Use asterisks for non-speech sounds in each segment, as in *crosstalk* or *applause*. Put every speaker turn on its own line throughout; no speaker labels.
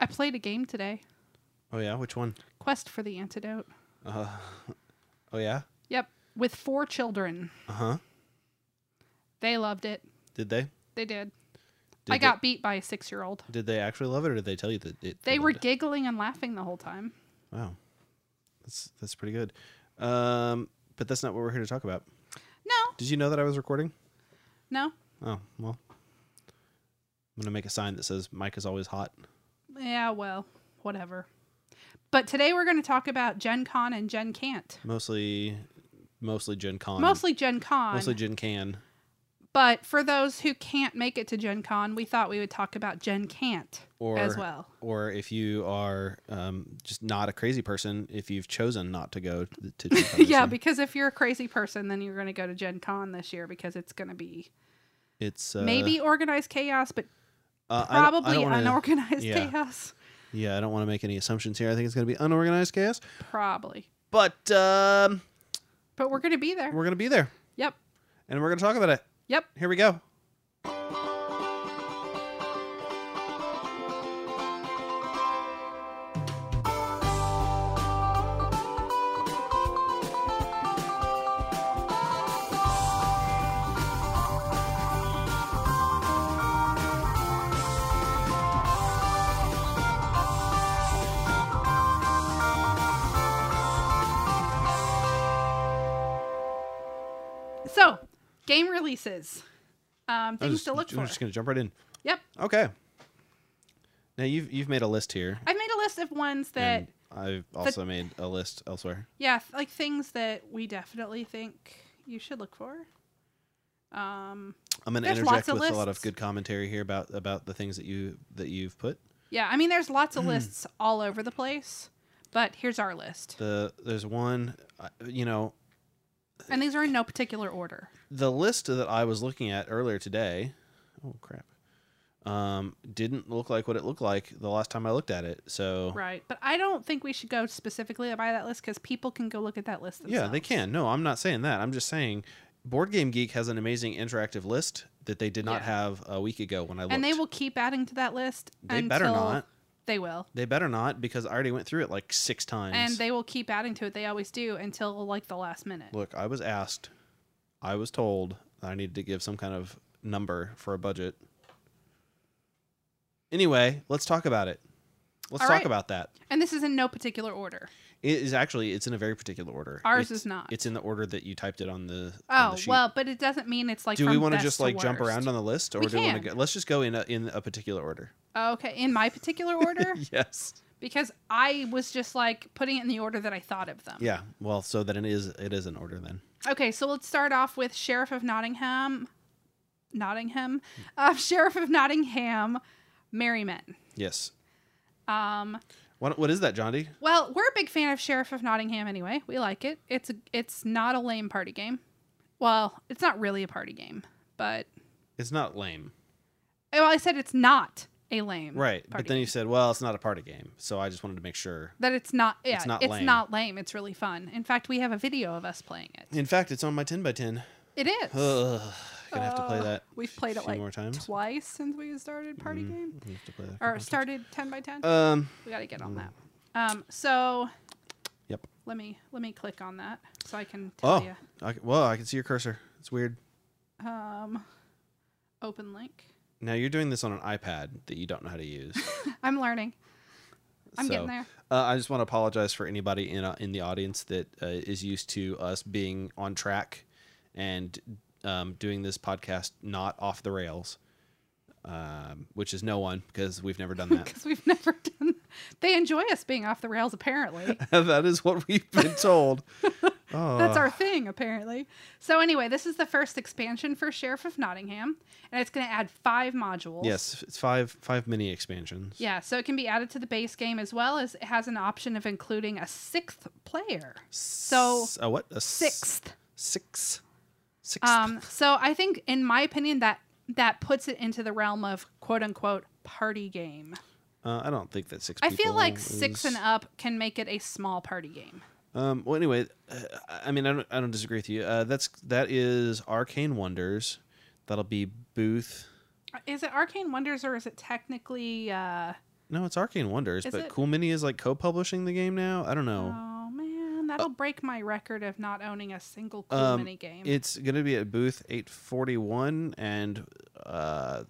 I played a game today.
Oh yeah, which one? Uh,
Quest for the Antidote.
*laughs* Oh yeah.
Yep, with four children.
Uh huh.
They loved it.
Did they?
They did.
Did
I got beat by a six-year-old.
Did they actually love it, or did they tell you that it?
They were
loved it?
giggling and laughing the whole time.
Wow, that's that's pretty good. Um, but that's not what we're here to talk about.
No,
Did you know that I was recording?
no,
Oh well. I'm gonna make a sign that says "Mike is always hot."
yeah, well, whatever. But today we're going to talk about Gen Con and Gen Can't.
Mostly, mostly Gen Con.
Mostly Gen Con.
mostly Gen Can.
But for those who can't make it to Gen Con, we thought we would talk about Gen Can't
Or
as well.
Or if you are um, just not a crazy person, if you've chosen not to go to,
*laughs*
to Gen Con this
yeah,
year.
because if you're a crazy person, then you're going to go to Gen Con this year because it's going to be
it's uh,
maybe organized chaos, but
uh, I don't- I
probably
don't wanna-
unorganized
yeah.
chaos.
Yeah, I don't want to make any assumptions here. I think it's going to be unorganized chaos,
Probably.
but um,
But we're going to be there.
we're going to be there
Yep.
and we're going to talk about it.
Yep.
Here we go.
So, game releases. Um,
I'm
things
just,
to look
we're
for.
just going to jump right in.
Yep.
Okay. Now you've you've made a list here,
I've made a list of ones that,
and I've also made a list elsewhere.
yeah, th- like things that we definitely think you should look for. Um,
I'm going to
There's lots
interject
of
with a lot of
lists.
good commentary here about about the things that you that you've put.
yeah, I mean, there's lots
Hmm.
of lists all over the place, but here's our list.
The there's one, uh, you know,
And these are in no particular order.
the list that I was looking at earlier today, oh crap, um, didn't look like what it looked like the last time I looked at it. So
Right. But I don't think we should go specifically by that list because people can go look at that list
yeah,
themselves.
they can. No, I'm not saying that. I'm just saying Board Game Geek has an amazing interactive list that they did not
Yeah.
have a week ago when I looked.
And they will keep adding to that list.
They better
until-
not.
They will.
They better not because I already went through it like six times.
And they will keep adding to it. They always do until like the last minute.
look. I was asked, I was told that I needed to give some kind of number for a budget. Anyway, let's talk about it. Let's
All
talk
right.
about that.
And this is in no particular order.
It is actually it's in a very particular order.
Ours
It's-
is not.
It's in the order that you typed it on the. on
Oh,
the sheet.
well, but it doesn't mean it's like.
Do we
want to
just like jump around on the list, or
We
do we want to
can.
go? Let's just go in a, in a particular order.
okay, in my
*laughs*
particular order,
Yes.
because I was just like putting it in the order that I thought of them.
Yeah. Well, so then it is it is an order then.
Okay, so let's start off with Sheriff of Nottingham. Nottingham, uh, *laughs* Sheriff of Nottingham, Merryman.
Yes.
Um,
What what is that, Johnny?
well, we're a big fan of Sheriff of Nottingham anyway. We like it. It's a, it's not a lame party game. Well, it's not really a party game, but
It's not lame,
well, I said it's not a lame
right?
party
but then
game.
you said, well, it's not a party game, so I just wanted to make sure.
that it's not yeah, it's
not
not
lame.
lame. It's really fun. In fact, we have a video of us playing it.
In fact, it's on my ten by ten.
It is.
Ugh, gonna have to play
Uh,
that.
We've played
a
it
few
like
more times.
twice since we started party game
We have to play that. a
or
couple
started 10 by 10.
times. Um.
we got to get on that. Um so
Yep.
let me let me click on that so I can tell
Oh.
you.
I, well, I can see your cursor. It's weird.
Um open link.
Now you're doing this on an iPad that you don't know how to use.
I'm learning. I'm
So,
getting there.
Uh, I just want to apologize for anybody in uh, in the audience that uh, is used to us being on track and um, doing this podcast not off the rails, um, which is no one because we've never done that.
Cuz we've *laughs* never done They enjoy us being off the rails apparently.
*laughs* that is what we've been told. Oh,
That's our thing, apparently. So anyway, this is the first expansion for Sheriff of Nottingham, and it's going to add five modules.
*laughs* yes, it's five five mini expansions.
Yeah, so it can be added to the base game as well as it has an option of including a sixth player. So
S- a what? A s-
sixth.
Six. Six.
Um, so I think, in my opinion, that that puts it into the realm of quote unquote party game.
uh, I don't think that six.
I feel
people
like six
is-
and up can make it a small party game.
Um, well, anyway, uh, I mean, I don't, I don't disagree with you. Uh, that's that is Arcane Wonders. That'll be Booth.
Is it Arcane Wonders or is it technically uh,
No, it's Arcane Wonders,
Is
but
it?
Cool Mini is like co-publishing the game now. I don't know.
Oh man, that'll break my record of not owning a single cool
Uh, Um,
mini game.
It's gonna be at booth 841 and uh,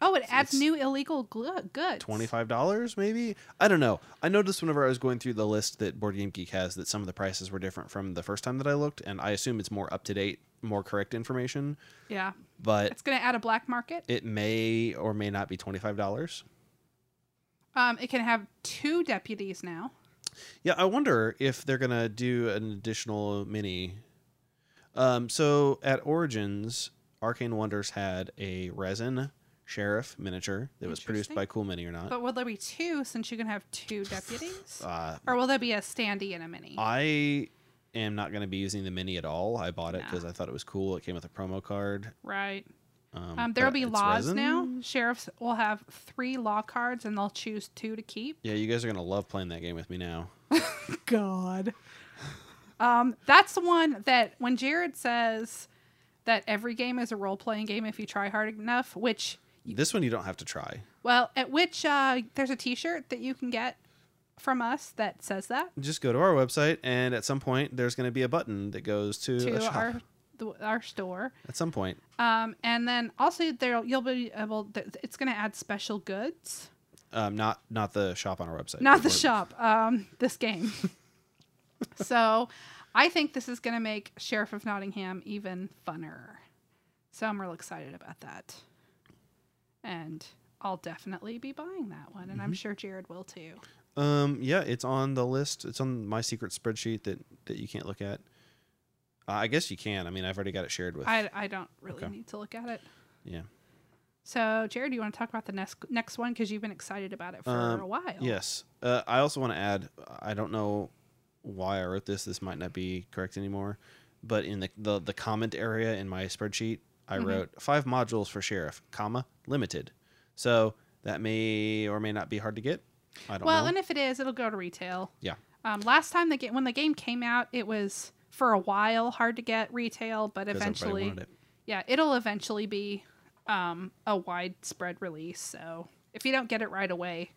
oh, it adds
it's-
new illegal glu- goods.
twenty-five dollars, maybe. I don't know. I noticed whenever I was going through the list that Board Game Geek has that some of the prices were different from the first time that I looked, and I assume it's more up to date, more correct information.
Yeah,
But
it's gonna add a black market.
it may or may not be twenty-five dollars.
Um, it can have two deputies now.
Yeah, I wonder if they're gonna do an additional mini. Um, so at Origins, Arcane Wonders had a resin sheriff miniature that was produced
Interesting.
by Cool Mini or not.
But will there be two since you can have two deputies?
Uh,
or will there be a standee and a mini?
I am not gonna be using the mini at all. I bought it because I thought it was cool. It came with a promo card.
right.
Um,
Um, there will
but
be
it's
laws
resin.
now. Sheriffs will have three law cards and they'll choose two to keep.
Yeah, you guys are gonna love playing that game with me now.
God. Um, that's the one that when Jared says that every game is a role playing game if you try hard enough, which,
This one you don't have to try.
well, at which uh, there's a t shirt that you can get from us that says that
Just go to our website, and at some point there's gonna be a button that goes to, a
to
shop.
our, th- our store.
At some point,
Um, and then also there you'll be able. th- It's going to add special goods,
um, not not the shop on our website.
not the
We're-
shop. Um, this game. *laughs* so, I think this is going to make Sheriff of Nottingham even funner. So I'm real excited about that, and I'll definitely be buying that one, and
Mm-hmm.
I'm sure Jared will too.
Um, yeah, it's on the list. It's on my secret spreadsheet that that you can't look at. Uh, I guess you can. I mean, I've already got it shared with.
I I don't really
Okay.
need to look at it.
yeah.
So, Jared, you want to talk about the next next one because you've been excited about it for
Um,
a while.
Yes. Uh, I also want to add. I don't know why I wrote this. This might not be correct anymore. But in the the, the comment area in my spreadsheet,
Mm-hmm.
I wrote five modules for sheriff, comma limited. So that may or may not be hard to get. I don't
Well,
know.
and if it is, it'll go to retail.
yeah.
Um, last time the game, when the game came out, it was for a while hard to get retail, but
'cause everybody
eventually,
wanted it.
yeah, it'll eventually be um, a widespread release. So if you don't get it right away,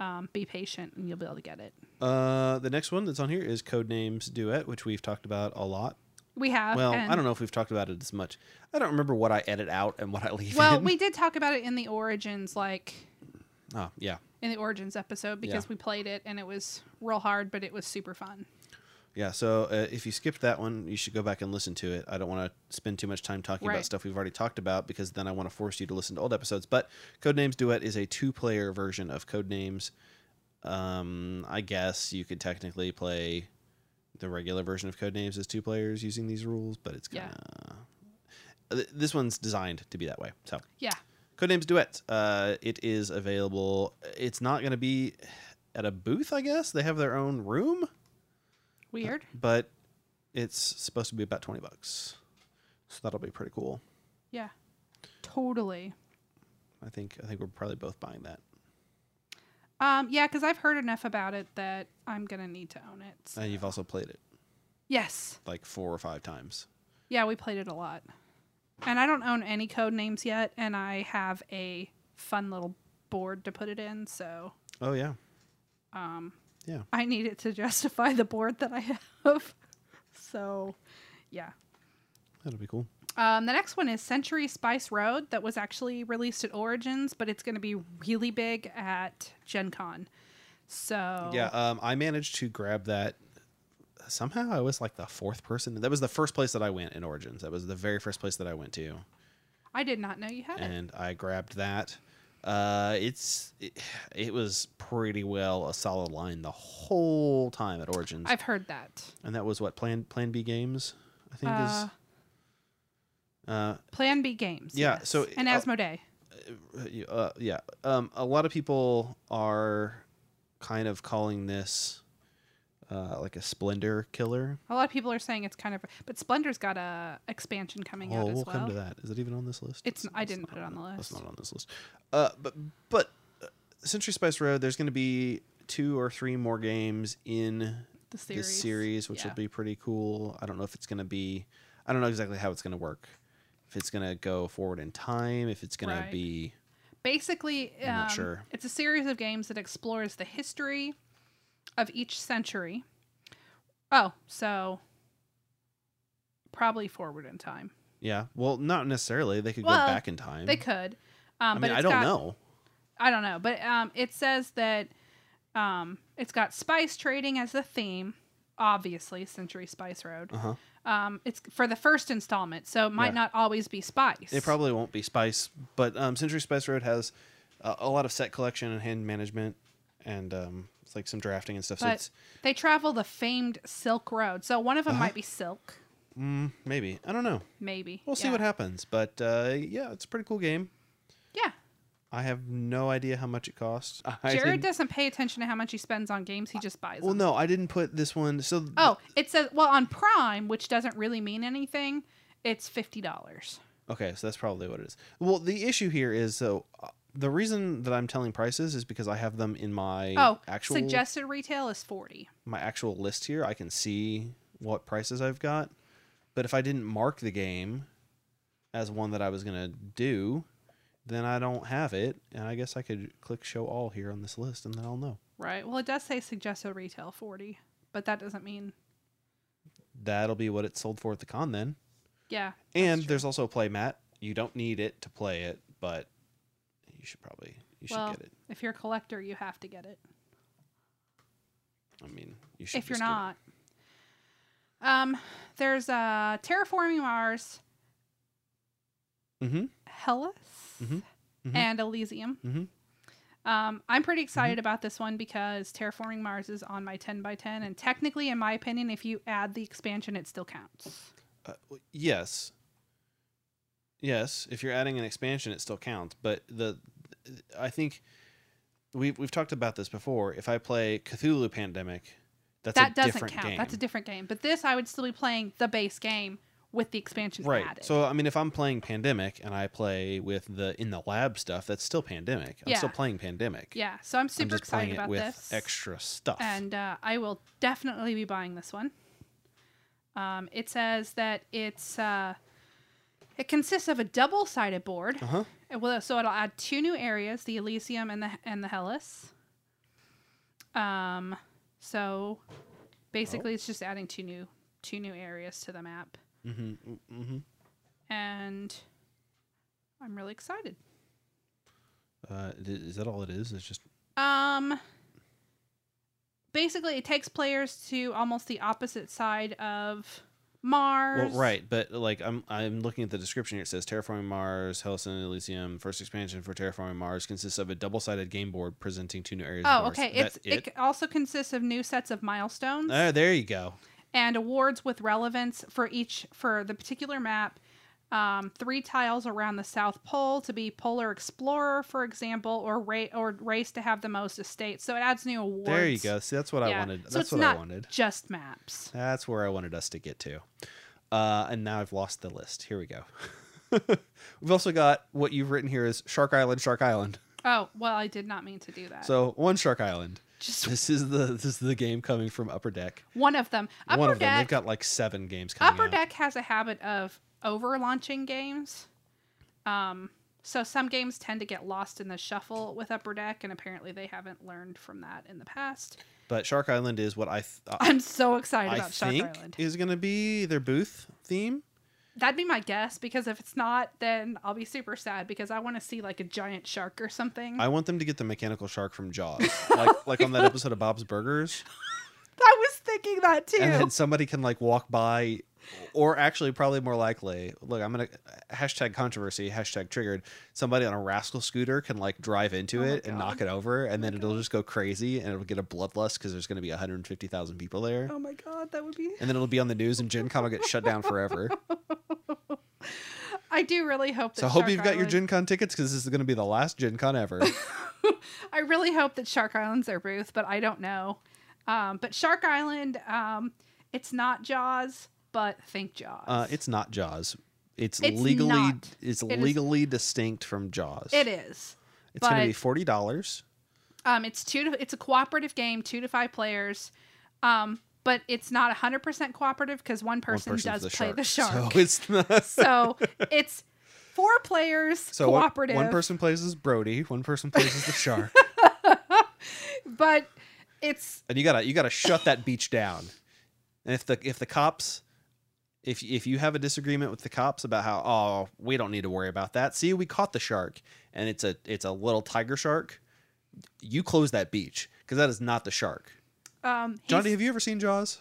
um, be patient and you'll be able to get it.
Uh, the next one that's on here is Codenames Duet, which we've talked about a lot.
We have.
Well,
and-
I don't know if we've talked about it as much. I don't remember what I edit out and what I leave
Well,
in.
we did talk about it in the origins, like
oh, yeah.
in the origins episode, because
Yeah.
we played it and it was real hard, but it was super fun.
Yeah, so uh, if you skipped that one, you should go back and listen to it. I don't want to spend too much time talking about
Right.
stuff we've already talked about because then I want to force you to listen to old episodes. But Codenames Duet is a two-player version of Codenames. Um, I guess you could technically play the regular version of Codenames as two players using these rules, but it's
Yeah.
kind of this one's designed to be that way. So
Yeah,
Codenames Duet. Uh, it is available. It's not going to be at a booth, I guess. They have their own room,
weird.
but it's supposed to be about 20 bucks. So that'll be pretty cool.
Yeah, totally.
I think I think we're probably both buying that.
Um, yeah, because I've heard enough about it that I'm gonna need to own it.
And you've also played it
Yes.
like four or five times.
Yeah, we played it a lot. And I don't own any code names yet, and I have a fun little board to put it in, so
Oh yeah.
um
Yeah.
I need it to *laughs* justify the board that I have. *laughs* So yeah.
That'll be cool.
Um, the next one is Century Spice Road that was actually released at Origins, but it's going to be really big at Gen Con. So
Yeah, um, I managed to grab that somehow I was like the fourth person. That was the first place that I went in Origins. That was the very first place that I went to.
I did not know you had it.
and I grabbed that. Uh, it's it, it was pretty well a solid line the whole time at Origins,
I've heard that.
and that was what Plan Plan B Games, I think
Uh,
is. Uh,
Plan B Games.
yeah,
yes.
so,
and
uh,
Asmodee.
uh, yeah. Um, a lot of people are kind of calling this uh, like a Splendor killer.
A lot of people are saying it's kind of, but Splendor's got a expansion coming
Oh,
out as
we'll
well.
come to that. Is it even on this list?
It's- I didn't
not
put it on the list.
It's not on this list. Uh, but but uh, Century Spice Road, there's going to be two or three more games in
The series,
this series, which
Yeah.
will be pretty cool. I don't know if it's going to be, I don't know exactly how it's going to work. If it's going to go forward in time, if it's going
Right.
to be,
Basically, um,
I'm not sure.
it's a series of games that explores the history of each century. Oh, so probably forward in time.
Yeah. Well, not necessarily. They could
Well,
go back in time.
They could. Um,
I
but
mean, I
it's
don't
got-
know.
I don't know, but um, it says that um, it's got spice trading as the theme, obviously, Century Spice Road.
Uh huh.
Um, it's for the first installment, so it might
Yeah.
not always be spice.
It probably won't be spice, but um, Century Spice Road has uh, a lot of set collection and hand management, and um, it's like some drafting and stuff. so
But-
it's
they travel the famed Silk Road, so one of them
Uh-huh.
might be silk,
mm, maybe I don't know.
maybe.
We'll see
Yeah.
what happens. But uh, yeah, it's a pretty cool game.
Yeah,
I have no idea how much it costs. *laughs* I
Jared
didn't-
doesn't pay attention to how much he spends on games; he just buys
well,
them.
no, I didn't put this one. So th-
Oh, it says well on Prime, which doesn't really mean anything. It's fifty dollars.
Okay, so that's probably what it is. Well, the issue here is so uh, the reason that I'm telling prices is because I have them in my
Oh,
actual
suggested retail is forty.
my actual list here. I can see what prices I've got, but if I didn't mark the game as one that I was gonna do, then I don't have it, and I guess I could click show all here on this list, and then I'll know.
Right. Well, it does say suggested retail 40, but that doesn't mean
That'll be what it sold for at the con then.
yeah. that's
And
true.
there's also a play mat. You don't need it to play it, but you should probably you should
Well,
get it.
if you're a collector, you have to get it.
I mean, you should.
If you're
just get it.
not, um, there's uh terraforming Mars,
Mm-hmm.
Hellas,
Mhm, mhm.
and Elysium.
Mhm.
Um, I'm pretty excited
Mm-hmm.
about this one because terraforming Mars is on my 10 by 10, and technically, in my opinion, if you add the expansion, it still counts.
Uh, w- yes. Yes, if you're adding an expansion, it still counts. But the, I think, we've we've talked about this before. If I play Cthulhu Pandemic, that's
that
a
doesn't
different
count.
game.
That's a different game. But this, I would still be playing the base game with the expansion
right.
added.
So I mean, if I'm playing Pandemic and I play with the in the lab stuff, that's still Pandemic. I'm still
Yeah.
playing Pandemic.
Yeah, so I'm
I'm
super
just playing
excited
it
about
with
this.
extra stuff.
And uh, I will definitely be buying this one. Um, it says that it's uh, it consists of a double-sided board.
uh huh.
It will- so it'll add two new areas, the Elysium and the and the Hellas. Um, so basically, it's just adding two new two new areas to the map,
Mm-hmm. Mm-hmm.
and I'm really excited.
Uh, i- is that all it is? It's just
Um basically it takes players to almost the opposite side of Mars.
Well, right, but like I'm I'm looking at the description here. It says Terraforming Mars, Hellas and Elysium. First expansion for Terraforming Mars consists of a double-sided game board presenting two new areas. of
Oh,
Mars.
okay.
That's
It's, it. c- also consists of new sets of milestones
Ah, there you go.
and awards with relevance for each for the particular map. Um, three tiles around the South Pole to be polar explorer, for example, or ra- or race to have the most estates. So it adds new awards.
There you go. See, that's what I
Yeah.
wanted.
So
that's
it's
what
not
I wanted.
Just maps.
That's where I wanted us to get to. Uh, and now I've lost the list. Here we go. *laughs* We've also got what you've written here is Shark Island, Shark Island.
Oh well, I did not mean to do that.
So one Shark Island.
just
This is the this is the game coming from Upper Deck.
one of them. Upper
one of them.
Deck
They've got like seven games coming
Upper
out.
Deck has a habit of over launching games. Um, so some games tend to get lost in the shuffle with Upper Deck, and apparently they haven't learned from that in the past. *laughs*
But Shark Island is what I th- uh,
I'm so excited
I
about Shark
think
Island.
is going to be their booth theme.
That'd be my guess because if it's not, then I'll be super sad because I want to see like a giant shark or something. I,
I want them to get the mechanical shark from
*laughs*
Jaws, like like on that episode of Bob's Burgers,
was thinking that too.
and then somebody can like walk by, or actually probably more likely, look, I'm gonna hashtag controversy hashtag triggered. Somebody on a rascal scooter can like drive into
Oh my
it and
God. Oh
knock it over, and then
my
it'll just go crazy, and it'll get a bloodlust because there's going to be 150,000 people there,
oh my god, that would be.
and then it'll be on the news, and Gen Con will get shut
*laughs*
down forever.
I do really hope that.
So I hope
Shark
you've got your
Island-
Gen Con tickets because this is going to be the last Gen Con ever.
I really hope that Shark Island's their booth, but I don't know. Um, but Shark Island, um, it's not Jaws, but think Jaws.
Uh, it's not Jaws. It's,
It's
legally
not.
it's
It is-
legally distinct from Jaws.
it is.
It's going to be
but-
forty dollars.
Um, it's two. To, it's a cooperative game, two to five players. Um, but it's not hundred
*laughs*
percent cooperative because one person does play the shark.
So it's not.
So it's Four players,
So one-
cooperative.
one person plays as Brody, one person plays as
*laughs*
the shark,
but it's
and you gotta you gotta shut that beach down. And if the if the cops, if if you have a disagreement with the cops about how oh we don't need to worry about that, see we caught the shark and it's a it's a little tiger shark, you close that beach because that is not the shark.
um he's-
Johnny, have you ever seen Jaws?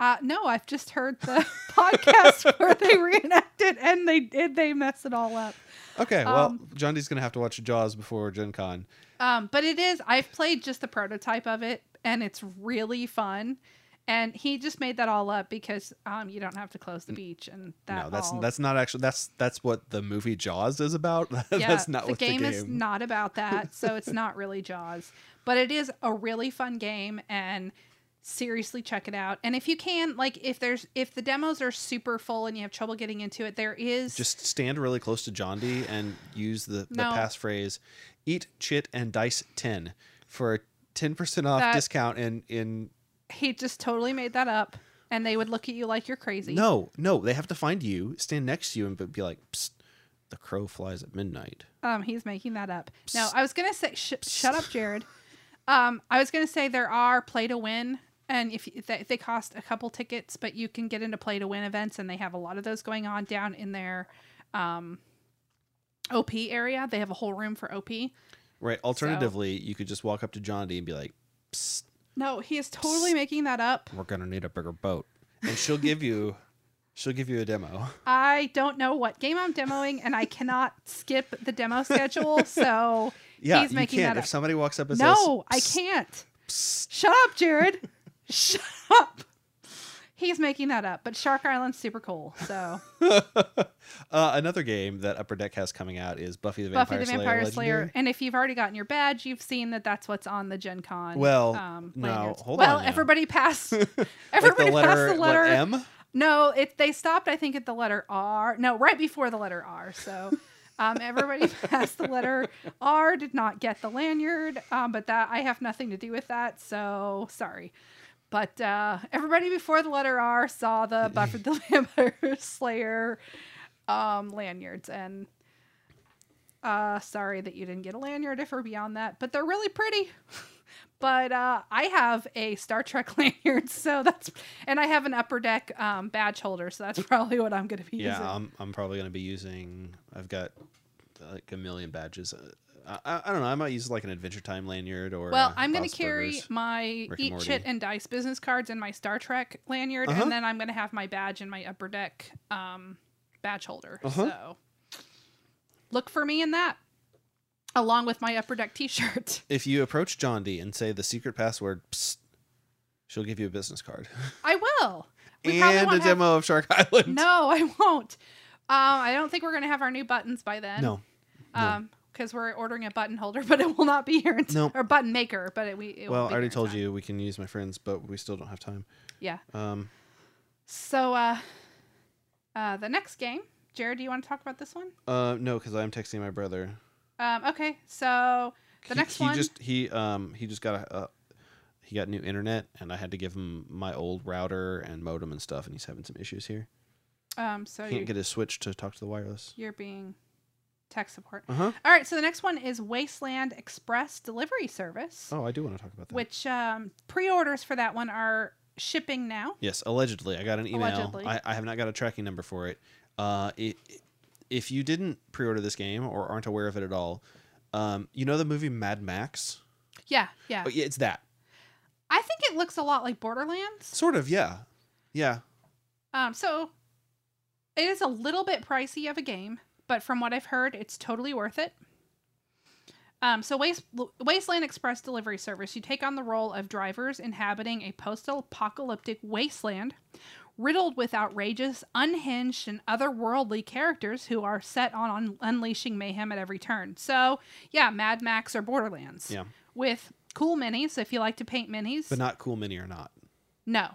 uh no, I've just heard the *laughs* podcast where
*laughs*
they reenact it and they did they mess it all up.
Okay, well
Um,
Johnny's gonna have to watch Jaws before Gen Con.
Um, but it is. I've played just the prototype of it, and it's really fun. And he just made that all up because um, you don't have to close the beach, and that
no, that's
all-
that's not actually that's that's what the movie Jaws is about. *laughs*
yeah,
that's not
the
what
game
the game
is not
*laughs*
about that, so it's not really Jaws, but it is a really fun game, and seriously check it out. And if you can, like, if there's if the demos are super full and you have trouble getting into it, there is
Just stand really close to John D and use the, the
No.
passphrase eat chit and dice 10 for a 10% off
That-
discount in in
he just totally made that up, and they would look at you like you're crazy.
No, no, they have to find you, stand next to you and be like Psst, the crow flies at midnight.
Um, he's making that up. No, I was gonna say, sh- shut up, Jared. Um, I was gonna say there are play to win, and if you, they, they cost a couple tickets, but you can get into play to win events, and they have a lot of those going on down in their um, OP area. They have a whole room for OP.
Right? Alternatively, you could just walk up to John D and be like Psst,
No, he is totally making that up.
we're going to need a bigger boat. And she'll give you she'll give you a demo.
I don't know what game I'm demoing, and I cannot skip the demo schedule, so
*laughs* Yeah,
he's
you
making
can't.
that
If
up.
somebody walks up and
No, I
says, "Psst,
can't.
psst,"
Shut up, Jared. *laughs* Shut up. He's making that up, but Shark Island's super cool. So
uh, another game that Upper Deck has coming out is Buffy the *laughs* Vampire,
Buffy the Vampire Slayer,
Legendary.
and if you've already gotten your badge, you've seen that that's what's on the Gen Con.
Well, no,
lanyards.
hold
well,
on now. *laughs*
everybody passed.
Like
*laughs* Everybody
the letter,
passed the
what,
letter.
M.
no, it they stopped. I think at the letter R. No, right before the letter R.
*laughs*
So. Um, everybody passed the letter R, did not get the lanyard, um, but that I have nothing to do with that, so sorry. But uh, everybody before the letter R saw the Buffy the Vampire Slayer um, lanyards. And uh, sorry that you didn't get a lanyard if we're beyond that, but they're really pretty. *laughs* but uh, I have a Star Trek *laughs* lanyard, so that's, and I have an upper deck um, badge holder, so that's *laughs* probably what I'm going to be
Yeah,
using.
I'm, I'm probably going to be using. I've got uh, like a million badges. Uh, I, I, I don't know. I might use like an Adventure Time lanyard or.
Well,
uh,
I'm going to
Bob's
carry
Burgers.
my
Rick and
Eat
Morty.
Shit and Dice business cards and my Star Trek lanyard,
Uh-huh.
and then I'm going to have my badge and my upper deck um, badge holder.
Uh-huh.
So look for me in that, along with my upper deck t shirt.
If you approach John D and say the secret password, psst, she'll give you a business card
*laughs* I will. We probably
and a
won't have-
demo of Shark
*laughs*
Island.
No, I won't. Um, I don't think we're going to have our new buttons by then.
No. no.
because we're ordering a button holder, *laughs* but it will not be here. Until,
No.
Or button maker, but it, we. It
Well,
won't be
I already
here in
told
time.
you we can use my friends, but we still don't have time.
Yeah.
Um,
So, uh, uh, the next game, Jared, do you want to talk about this one?
uh, no, because I'm texting my brother.
Um, okay, so the
he,
next
he
one,
just he um he just got a uh, he got new internet and i had to give him my old router and modem and stuff and he's having some issues here
um, so
can't
you're,
get his switch to talk to the wireless
you're being tech support.
uh-huh
All right, so the next one is Wasteland Express Delivery Service,
oh i do want to talk about that
which um, pre-orders for that one are shipping now.
yes allegedly i got an email
Allegedly.
I, I have not got a tracking number for it uh it, if you didn't pre-order this game or aren't aware of it at all um you know the movie mad max
Yeah, yeah.
oh, yeah it's that
I think it looks a lot like Borderlands.
sort of yeah yeah
Um, so it is a little bit pricey of a game, but from what I've heard, it's totally worth it. Um, so Waste, Wasteland Express Delivery Service, you take on the role of drivers inhabiting a post-apocalyptic wasteland riddled with outrageous, unhinged, and otherworldly characters who are set on, on unleashing mayhem at every turn. So, yeah, Mad Max or Borderlands.
Yeah.
With cool minis, if you like to paint minis.
but not cool mini or not
No.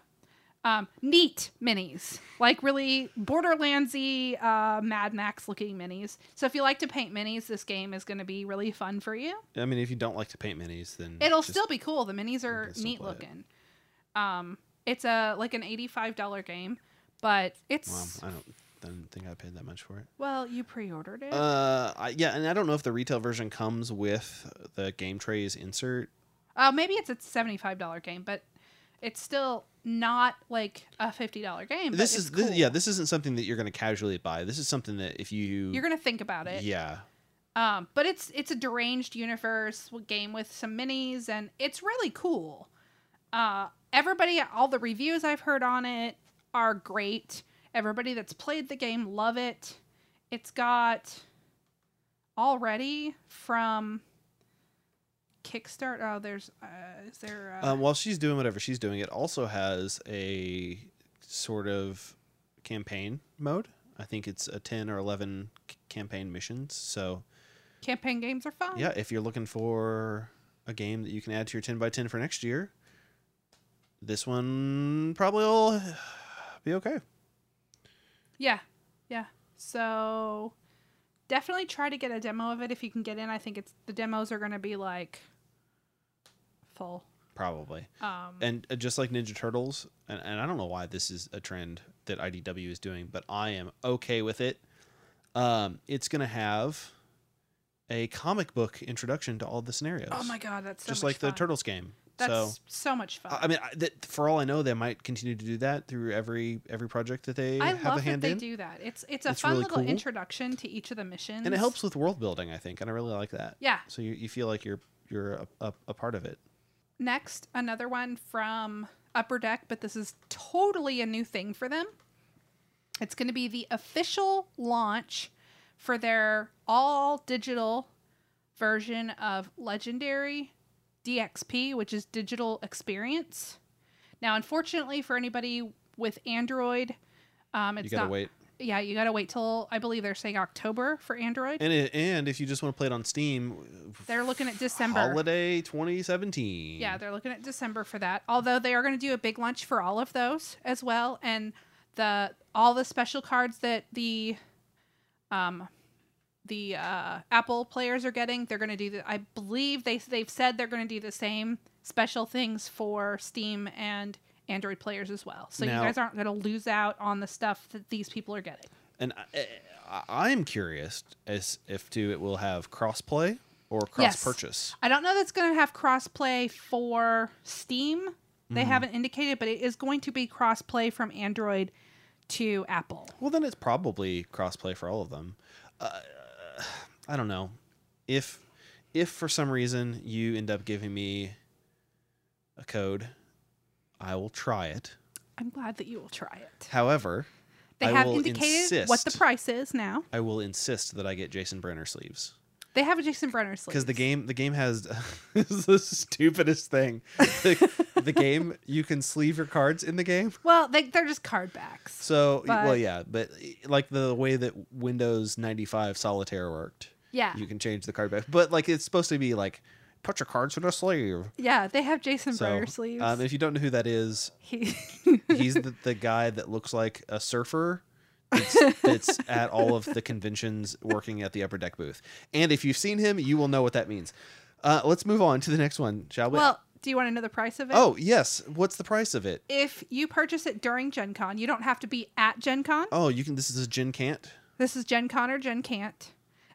Um, neat minis, like really Borderlandsy, uh, Mad Max looking minis. So if you like to paint minis, this game is going to be really fun for you.
i mean if you don't like to paint minis then
It'll
just-
still be cool. The minis are
can still
neat
play it.
looking. Um, it's a like an eighty five dollar game, but it's
well, i don't I don't think I paid that much for it.
Well, you pre-ordered it.
Uh, I, yeah, and I don't know if the retail version comes with the game trays insert.
Uh, maybe it's a seventy-five dollar game, but it's still not like a fifty-dollar game. but
This
it's
is this, yeah.
cool.
This isn't something that you're going to casually buy. This is something that if you
You're gonna think about it.
yeah
Um, but it's it's a deranged universe w- game with some minis, and it's really cool. Uh, everybody, all the reviews I've heard on it are great. Everybody that's played the game love it. It's got already from Kickstarter. Oh, there's uh, is there? Uh,
Um, while she's doing whatever she's doing, it also has a sort of campaign mode. I think it's a 10 or 11 c- campaign missions. So,
campaign games are fun.
yeah, if you're looking for a game that you can add to your 10 by 10 for next year, this one probably will *sighs* be okay.
Yeah. Yeah. So definitely try to get a demo of it if you can get in. I think it's the demos are going to be like full.
Probably.
Um
And uh, just like Ninja Turtles, and, and I don't know why this is a trend that IDW is doing, but I am okay with it. Um, it's going to have a comic book introduction to all the scenarios.
Oh my god, that's so
Just
much
like
fun.
the Turtles game.
That's
so,
so, much fun.
I I mean, I, that, for all I know, they might continue to do that through every every project that they
I
have a
love that
hand
they
in.
do that. It's it's a
It's
fun
really
little
cool.
introduction to each of the missions.
And it helps with world building, I think, and I really like that.
Yeah.
So you, you feel like you're you're a, a, a part of it.
Next, another one from Upper Deck, but this is totally a new thing for them. It's going to be the official launch for their all digital version of Legendary DXP, which is Digital Experience. Now, unfortunately, for anybody with Android, um, it's
You gotta
not.
wait.
Yeah, you gotta wait till I believe they're saying October for Android.
And it, and if you just want to play it on Steam,
They're looking at December.
holiday 2017.
Yeah, they're looking at December for that. Although they are going to do a big lunch for all of those as well, and the all the special cards that the um the uh, Apple players are getting, they're going to do. The, I believe they they've said they're going to do the same special things for Steam and Android players as well. So
Now-
you guys aren't going to lose out on the stuff that these people are getting.
And I, eh, I, I'm curious as if to it will have crossplay or cross purchase.
I don't know that's going to have crossplay for Steam. They
Mm-hmm.
haven't indicated, but it is going to be crossplay from Android to Apple.
Well, then it's probably crossplay for all of them. Uh, I don't know if if for some reason you end up giving me a code, I will try it.
I'm glad that you will try it.
However,
They
I
have
will
indicated what the
insist-
price is now.
I will insist that I get Jason Brenner sleeves.
They have a Jason Brenner sleeve.
because the game the game has *laughs* is the stupidest thing the,
*laughs*
the game you can sleeve your cards in the game
Well, they, they're just card backs.
so well
But-
yeah but like the way that windows 95 solitaire worked
Yeah.
you can change the card back but like it's supposed to be like put your cards in a sleeve
yeah, they have Jason
so
Brenner sleeves.
um, if you don't know who that is
*laughs* he,
he's the, the guy that looks like a surfer
*laughs*
that's, that's at all of the conventions working at the upper deck booth and if you've seen him you will know what that means uh, let's move on to the next one shall we
well, do you want to know the price of it?
Oh, yes. What's the price of it?
If you purchase it during Gen Con, you don't have to be at Gen Con.
Oh, you can this is a gin can't.
This is Gen Con or Gen Can't.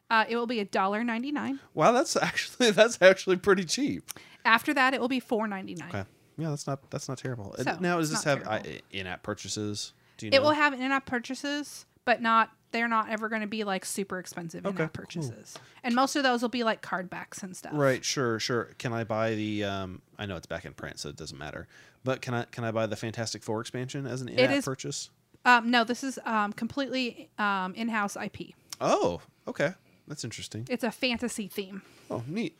Uh, it will be $1.99.
Wow, that's *laughs* actually that's actually pretty cheap.
After that, it will be four ninety nine.
Okay. Yeah, that's not that's not terrible. And
So,
now does
it's
this
not
have I, in-app purchases? Do you know?
It will have in-app purchases, but not they're not ever going to be like super expensive in-app
cool.
purchases. And most of those will be like card backs and stuff.
right, sure, sure. Can I buy the um I know it's back in print so it doesn't matter. But can I can I buy the Fantastic Four expansion as an in-app
is-
purchase?
Um, no, this is um, completely um, in-house IP.
Oh, okay. That's interesting.
It's a fantasy theme,
Oh, neat.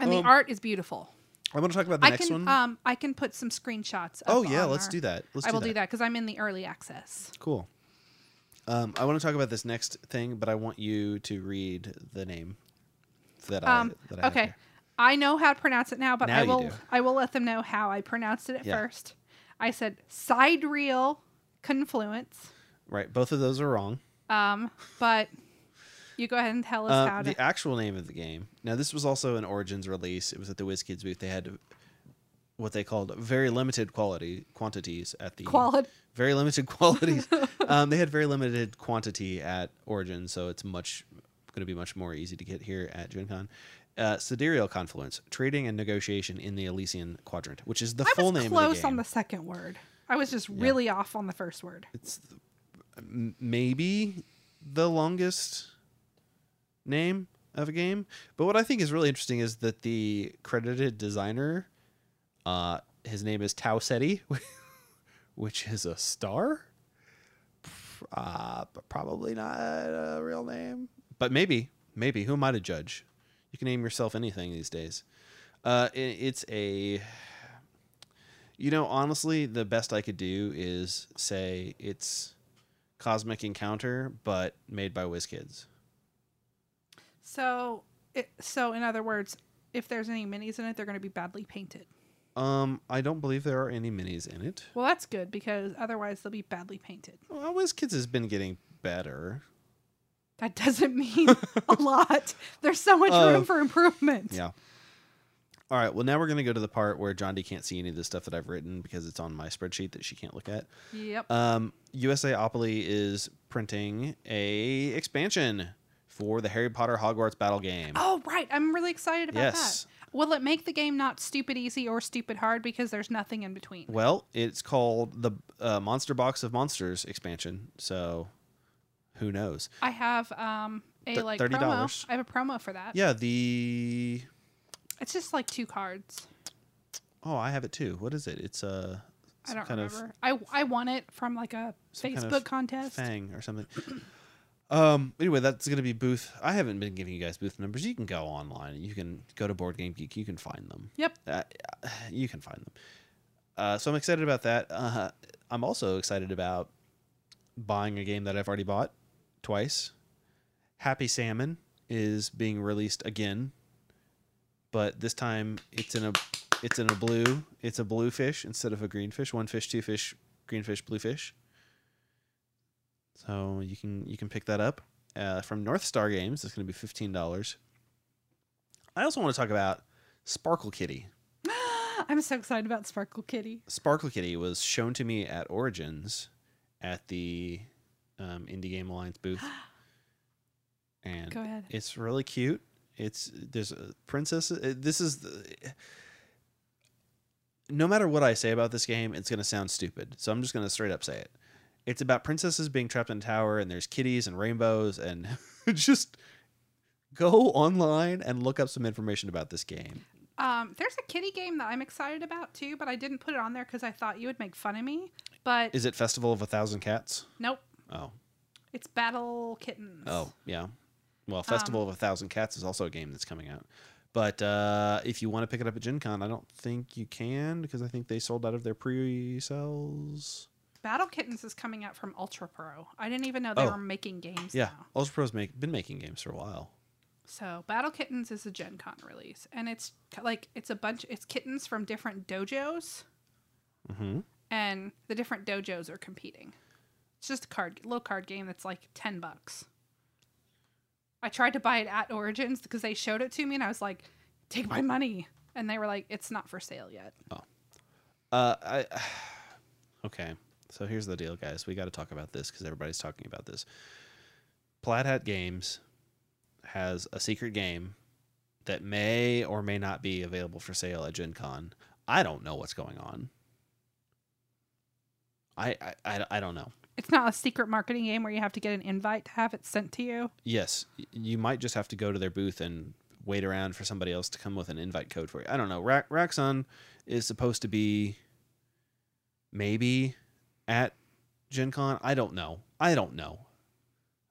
and
Um,
the art is beautiful.
I'm going to talk about the
I
next
can
one.
um, I can put some screenshots.
oh,
up
yeah,
on
let's
our-
do that. Let's
I will
do
do
that.
that because I'm in the early access.
Cool. Um, I want to talk about this next thing, but I want you to read the name that I
Um,
that I have
okay.
here.
I know how to pronounce it now, but
Now
I
you
will
do.
I will let them know how I pronounced it at
Yeah.
first. I said sidereal confluence.
Right, both of those are wrong.
Um, but you go ahead and tell us
Uh,
how to
the actual name of the game. Now, this was also an Origins release. It was at the WizKids booth. They had what they called very limited quality quantities at the
Quality.
very limited
*laughs*
*laughs* qualities. um, they had very limited quantity at Origin, so it's much going to be much more easy to get here at Gen Con. Uh, Sidereal Confluence: Trading and Negotiation in the Elysian Quadrant, which is the
I
full
was
name of
close
the game.
on the second word. I was just really off on the first word.
it's m- maybe the longest name of a game. But what I think is really interesting is that the credited designer, uh, his name is Tau Seti, *laughs* which is a star. Uh, but probably not a real name. But maybe, maybe. Who am I to judge? You can name yourself anything these days. Uh, i- it's a you know, honestly, the best I could do is say it's Cosmic Encounter, but made by WizKids.
So, it, so in other words, if there's any minis in it, they're going to be badly painted.
Um, I don't believe there are any minis in it.
Well, that's good because otherwise they'll be badly painted.
Well, WizKids has been getting better.
That *laughs* doesn't mean
*laughs*
a lot. There's so much
Oh.
room for improvement.
Yeah. All right. Well, now we're going to go to the part where John D can't see any of the stuff that I've written because it's on my spreadsheet that she can't look at.
Yep.
Um, USA Opoly is printing a expansion for the Harry Potter Hogwarts Battle game.
oh, right. I'm really excited about
Yes.
that. Will it make the game not stupid easy or stupid hard because there's nothing in between?
Well, it's called the uh, Monster Box of Monsters expansion. So, who knows?
I have um a
Th-
like
$30.
promo. I have a promo for that.
Yeah, the
It's just like two cards.
oh, I have it too. What is it? It's a
I
some
don't
kind
remember. I I won it from like a
some
Facebook
kind of of
contest.
fang or something. *clears throat* Um. Anyway, that's gonna be booth. I haven't been giving you guys booth numbers. You can go online. You can go to Board Game Geek. You can find them.
Yep.
Uh, you can find them. Uh, so I'm excited about that. Uh, I'm also excited about buying a game that I've already bought twice. Happy Salmon is being released again, but this time it's in a it's in a blue it's a blue fish instead of a green fish. One fish, two fish, green fish, blue fish. So you can you can pick that up uh, from North Star Games. It's going to be fifteen dollars. I also want to talk about Sparkle Kitty.
*gasps* I'm so excited about Sparkle Kitty.
Sparkle Kitty was shown to me at Origins at the um, Indie Game Alliance booth. And
Go ahead.
it's really cute. It's there's a princess. uh, This is the, no matter what I say about this game, it's gonna sound stupid. So I'm just gonna straight up say it. It's about princesses being trapped in a tower, and there's kitties and rainbows, and *laughs* just go online and look up some information about this game.
Um, there's a kitty game that I'm excited about too, but I didn't put it on there because I thought you would make fun of me. But
Is it Festival of a Thousand Cats?
nope,
Oh,
it's Battle Kittens.
Oh, yeah. Well, Festival of a Thousand Cats is also a game that's coming out. But uh, if you want to pick it up at Gen Con, I don't think you can because I think they sold out of their pre sales.
Battle Kittens is coming out from Ultra Pro. I didn't even know they
Oh.
were making games
Yeah.
now.
Ultra Pro's make, been making games for a while.
So Battle Kittens is a Gen Con release, and it's k- like it's a bunch. It's kittens from different dojos,
hmm
and the different dojos are competing. It's just a card, little card game that's like ten bucks. I tried to buy it at Origins because they showed it to me, and I was like, "Take my money," and they were like, "It's not for sale yet."
Uh, I, *sighs* okay. So here's the deal, guys. We got to talk about this because everybody's talking about this. Plaid Hat Games has a secret game that may or may not be available for sale at Gen Con. I don't know what's going on. I, I, I, I don't know.
It's not a secret marketing game where you have to get an invite to have it sent to you. *laughs*
Yes, y- you might just have to go to their booth and wait around for somebody else to come with an invite code for you. I don't know. Ra- Raxon is supposed to be maybe at Gen Con. I don't know. I don't know.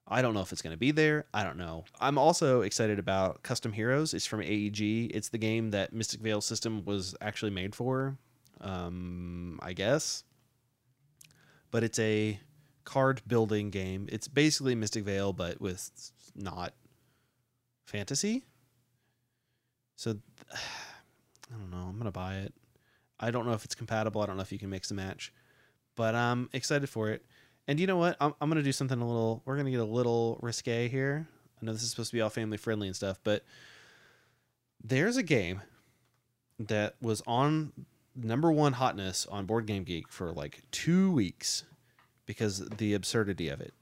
I don't know if it's going to be there. I don't know. I'm also excited about Custom Heroes. It's from AEG. It's the game that Mystic Veil System was actually made for, um, I guess. But it's a card building game. It's basically Mystic Veil, but with s- not fantasy. So th- *sighs* I don't know. I'm gonna buy it. I don't know if it's compatible. I don't know if you can mix and match, but I'm excited for it. And you know what? I'm, I'm gonna do something a little. We're gonna get a little risque here. I know this is supposed to be all family friendly and stuff, but there's a game that was on number one hotness on Board Game Geek for like two weeks because the absurdity of it.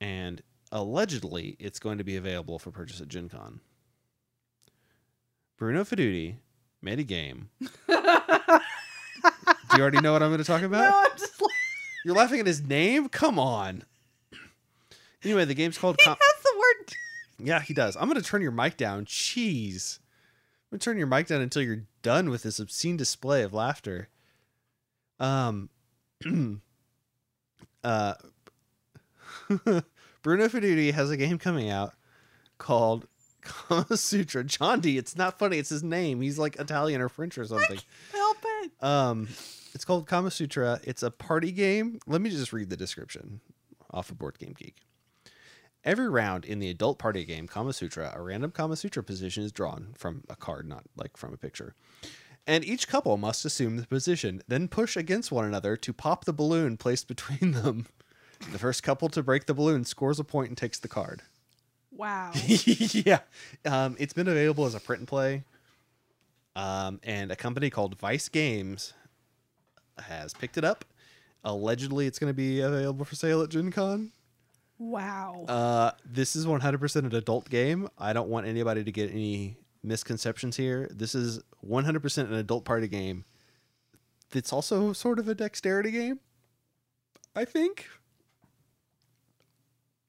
And allegedly, it's going to be available for purchase at Gen Con. Bruno Fiduti made a game. Do you already know what I'm going to talk about?
I'm just like,
You're laughing at his name? Come on. Anyway, the
*laughs*
game's called. Com-
that's the word.
yeah, he does. I'm going to turn your mic down. Jeez. I'm going to turn your mic down until you're done with this obscene display of laughter. Um, *clears throat* uh, *laughs* Bruno Fiduti has a game coming out called *laughs* Kama Sutra. John D, it's not funny. It's his name. He's like Italian or French or something.
Help it.
Um, it's called Kama Sutra. It's a party game. Let me just read the description off of Board Game Geek. Every round in the adult party game Kama Sutra, a random Kama Sutra position is drawn from a card, not like from a picture. And each couple must assume the position, then push against one another to pop the balloon placed between *laughs* them. The first couple to break the balloon scores a point and takes the card.
Wow.
*laughs* yeah. Um, it's been available as a print and play. Um, and a company called Vice Games has picked it up. Allegedly, it's going to be available for sale at Gen Con.
Wow.
Uh, this is 100% an adult game. I don't want anybody to get any misconceptions here. This is 100% an adult party game. It's also sort of a dexterity game, I think.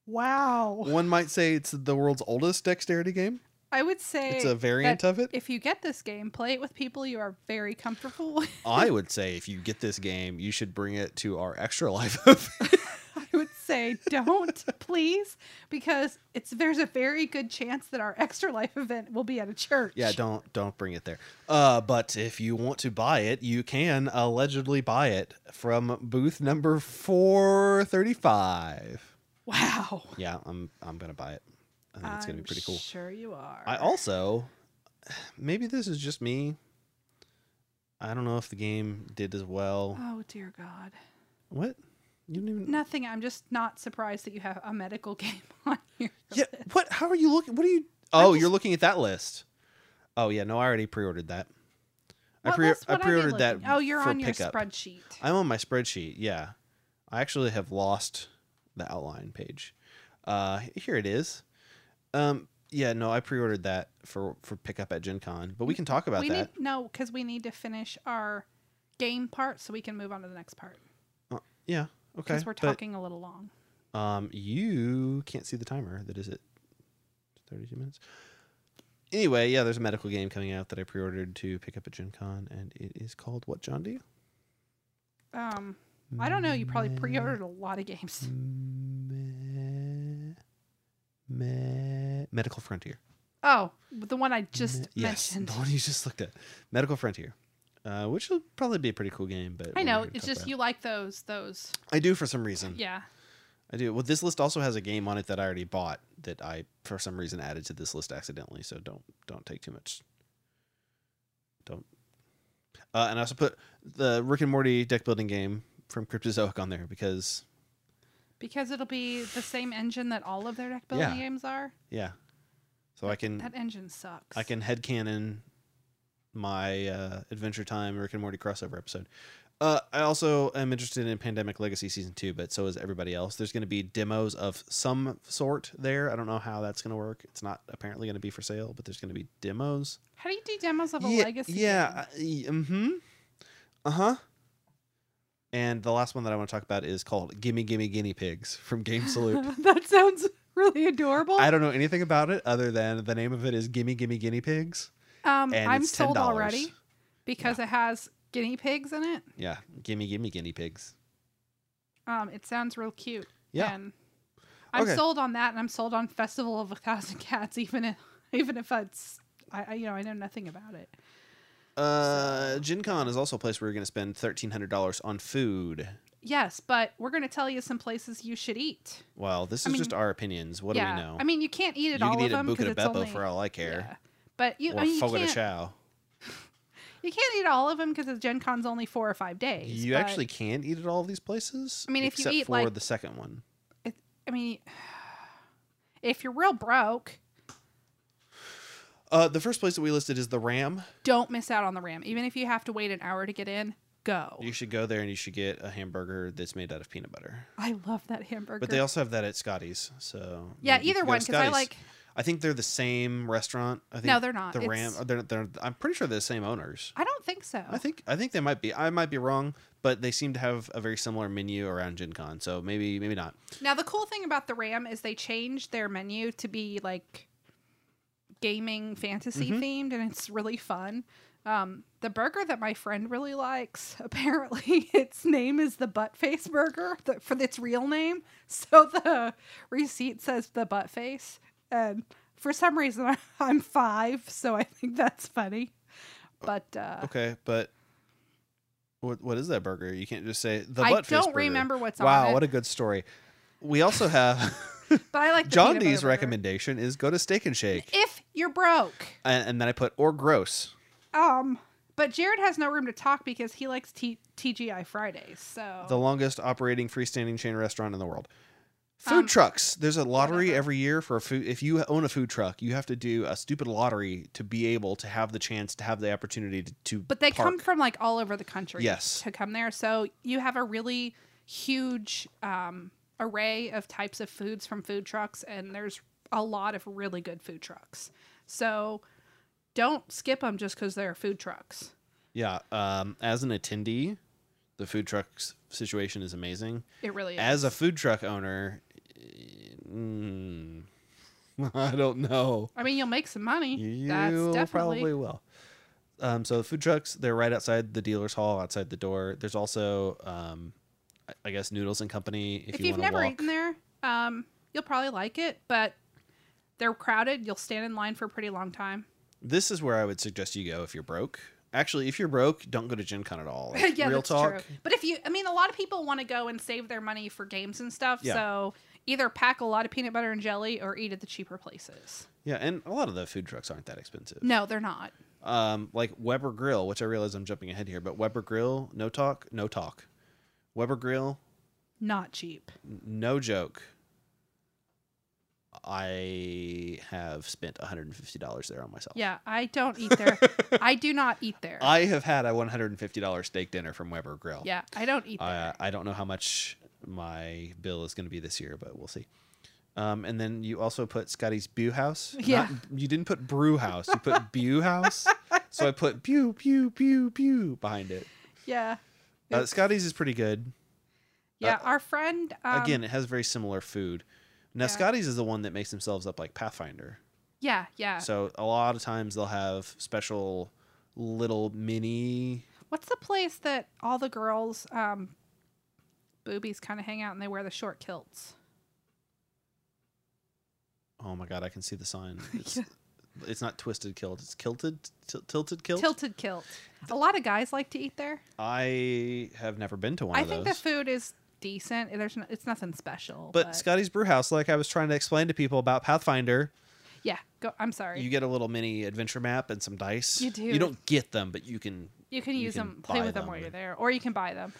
wow.
One might say it's the world's oldest dexterity game.
I would say
It's a variant
that
of it.
If you get this game, play it with people you are very comfortable *laughs* with.
I would say if you get this game, you should bring it to our extra life
*laughs*
event.
I would say don't, please, because it's there's a very good chance that our extra life event will be at a church.
*laughs* yeah, don't don't bring it there. Uh, but if you want to buy it, you can allegedly buy it from booth number four thirty five. *laughs*
Wow.
Yeah, I'm I'm gonna buy it. I think it's gonna
I'm
be pretty cool.
Sure you are.
I also maybe this is just me. I don't know if the game did as well.
Oh dear God.
What? You didn't even
Nothing. I'm just not surprised that you have a medical *laughs* game on here.
Yeah. What? How are you looking? What are you? Oh,
just-
you're looking at that list. Oh yeah. No, I already pre-ordered that. I
What
pre
list
I
would be
pre-ordered that.
looking- Oh, you're
for
on your
pickup.
spreadsheet.
I'm on my spreadsheet. Yeah. I actually have lost the outline page. Uh, here it is. Um, yeah. No, I pre-ordered that for for pickup at Gen Con, but we can talk about
we
that.
need no, because we need to finish our game part so we can move on to the next part.
Yeah. Okay.
Because we're
but-
talking a little long.
Um, you can't see the timer. That is it. Thirty-two minutes. Anyway, yeah, there's a medical game coming out that I pre-ordered to pick up at Gen Con, and it is called what, John D?
Um, I don't know. You probably pre-ordered a lot of games.
Me- me- Medical Frontier.
Oh, the one I just
Me-
mentioned.
Yes, *laughs* the one you just looked at. Medical Frontier, uh, which will probably be a pretty cool game, but
I
we're not
know.
gonna
It's
talk
just
about Mm. it.
you like those. Those.
I do for some reason.
Yeah.
I do. Well, this list also has a game on it that I already bought that I for some reason added to this list accidentally. So don't don't take too much. Don't. Uh, and I also put the Rick and Morty deck building game from Cryptozoic on there because
Because it'll be the same engine that all of their deck building
Yeah.
games are.
yeah, so I can
That engine sucks.
I can headcanon my uh, Adventure Time Rick and Morty crossover episode. Uh, I also am interested in Pandemic Legacy season two, but so is everybody else. There's going to be demos of some sort there. I don't know how that's going to work. It's not apparently going to be for sale, but there's going to be demos.
How do you do demos of a
yeah,
legacy? game?
yeah. Mm-hmm. Uh huh. And the last one that I want to talk about is called "Gimme Gimme Guinea Pigs" from
*laughs*
Game Salute.
that sounds really adorable.
I don't know anything about it other than the name of it is "Gimme Gimme Guinea Pigs."
um,
and
I'm
it's
sold
$10.
already because it has guinea pigs in it.
Yeah, gimme, gimme guinea pigs.
Um, it sounds real cute.
Yeah.
And I'm
Okay.
sold on that, and I'm sold on Festival of a Thousand Cats, *laughs* even if even if it's I, I you know I know nothing about it.
Uh, Gen Con is also a place where you're going to spend thirteen hundred dollars on food.
Yes, but we're going to tell you some places you should eat.
Well, this is
I
just
mean,
our opinions. What
yeah.
do we know?
I mean, you can't eat
you
it all
can
of
eat a
them
buca
because
de
it's
beppo
only
for all I
yeah.
care,
But you,
or
I mean, you
fogo de
can't,
chao.
you can't eat all of them because Gen Con's only four or five days.
You
but,
actually can eat at all of these places.
I mean, if you
except
eat,
for
like-
the second one.
*sighs* I mean, if you're real broke,
Uh, the first place that we listed is the Ram.
Don't miss out on the Ram. Even if you have to wait an hour to get in, go.
You should go there and you should get a hamburger that's made out of peanut butter.
I love that hamburger.
But they also have that at Scotty's. So
yeah,
maybe you
either
can go to
one because I
Scotty's.
like
I think they're the same restaurant. I think
No, they're not.
The
It's- Oh.
Ram. They're, they're, I'm pretty sure they're the same owners.
I don't think so.
I think I think they might be. I might be wrong, but they seem to have a very similar menu around Gen Con. So maybe maybe not.
Now the cool thing about the Ram is they changed their menu to be like gaming fantasy
Mm-hmm.
themed and it's really fun. Um, the burger that my friend really likes, *laughs* apparently its name is the Buttface Burger the, for its real name. So the receipt says the Buttface, and for some reason *laughs* I, I'm five, so I think that's funny. But uh,
Okay, but what what is that burger? You can't just say the.
I
butt face
don't
burger.
remember what's
Wow,
on
what
it.
a good story. We also have
but I like the *laughs*
John
peanut butter
D's
burger.
recommendation is go to Steak and Shake,
If you're broke,
and, and then I put or gross.
Um, but Jared has no room to talk because he likes T- TGI Fridays. So
the longest operating freestanding chain restaurant in the world. Food
Um,
trucks. There's a lottery every year for a food. If you own a food truck, you have to do a stupid lottery to be able to have the chance to have the opportunity to. to
but they come
park.
from like all over the country
Yes.
to come there. So you have a really huge um, array of types of foods from food trucks, and there's a lot of really good food trucks. So don't skip them just because they're food trucks.
Yeah. Um. As an attendee, the food trucks situation is amazing.
It really is.
As a food truck owner, eh, mm, *laughs* I don't know.
I mean, you'll make some money.
You
That's definitely
probably will. Um, so the food trucks, they're right outside the dealer's hall, outside the door. There's also, um, I- I guess, Noodles and Company. If,
if
you
you've
want to
never
walk,
eaten there, um, you'll probably like it, but they're crowded. You'll stand in line for a pretty long time. *laughs*
this is where I would suggest you go if you're broke. Actually, if you're broke, don't go to Gen Con
*laughs*
at all. Like,
yeah,
real
that's
talk.
true. But if you, I mean, a lot of people want to go and save their money for games and stuff.
Yeah.
So either pack a lot of peanut butter and jelly or eat at the cheaper places.
Yeah, and a lot of the food trucks aren't that expensive.
No, they're not.
Um, like Weber Grill, which I realize I'm jumping ahead here, but Weber Grill, no talk, no talk. Weber Grill,
Not cheap.
no joke. I have spent $150 there on myself.
Yeah, I don't eat
*laughs*
there. I do not eat there.
Oh. I have had a $150 steak dinner from Weber Grill.
yeah, I don't eat there.
I, I don't know how much my bill is going to be this year, but we'll see. Um, and then you also put Scotty's
*laughs*
Bew House. Not-
Yeah.
you didn't put Brew House. You
*laughs*
put Bew House. So I put Pew, Pew, Pew, Pew behind it.
yeah.
Uh,
It's-
Scotty's is pretty good.
yeah, our friend. Um,
Again, it has very similar food. Now,
yeah.
Scotty's is the one that makes themselves up like Pathfinder.
Yeah, yeah.
So a lot of times they'll have special little mini.
What's the place that all the girls, um, boobies kind of hang out and they wear the short kilts?
Oh my God, I can see
*laughs*
the sign. It's,
Yeah.
it's not twisted kilt. It's kilted, til- tilted kilt.
Tilted kilt. A lot of guys like to eat there.
I have never been to one
I
of
think
those.
the food is decent. There's no, it's nothing special.
but, Scotty's Brewhouse, like I was trying to explain to people about Pathfinder,
yeah, go, I'm sorry.
you
You,
get a little mini adventure map and some dice.
You do.
You don't get them, but you can.
can
you
use
can
them, play
buy
with them, while
them.
you're there, or you can buy them.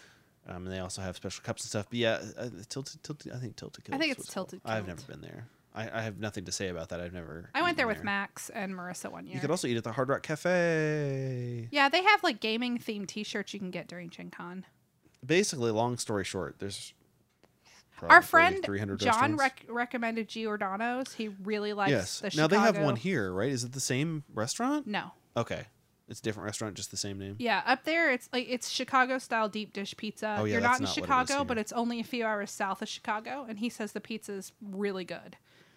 Um, and they also have special cups and stuff. But yeah, uh, tilted, tilted. I think tilted. Kilt
I think
is
it's
what called.
Tilted
I've
Kilt.
never been there. I, I have nothing to say about that. I've never.
I went
eaten
there with Max and Marissa one
You
year.
could also eat at the Hard Rock Cafe.
yeah, they have like gaming themed T-shirts you can get during Gen Con.
Basically, long story short, there's.
Our
probably
friend
300
John
restaurants.
rec- recommended Giordano's. He really likes
Yes.
the
now
Chicago.
they have one here, right? Is it the same restaurant?
No,
Okay. It's a different restaurant, just the same name.
Yeah, up there it's like it's Chicago style deep dish pizza.
Oh, yeah,
You're
that's
not in
not what it is
Chicago, but
here.
it's only a few hours south of Chicago, and he says the pizza's really good.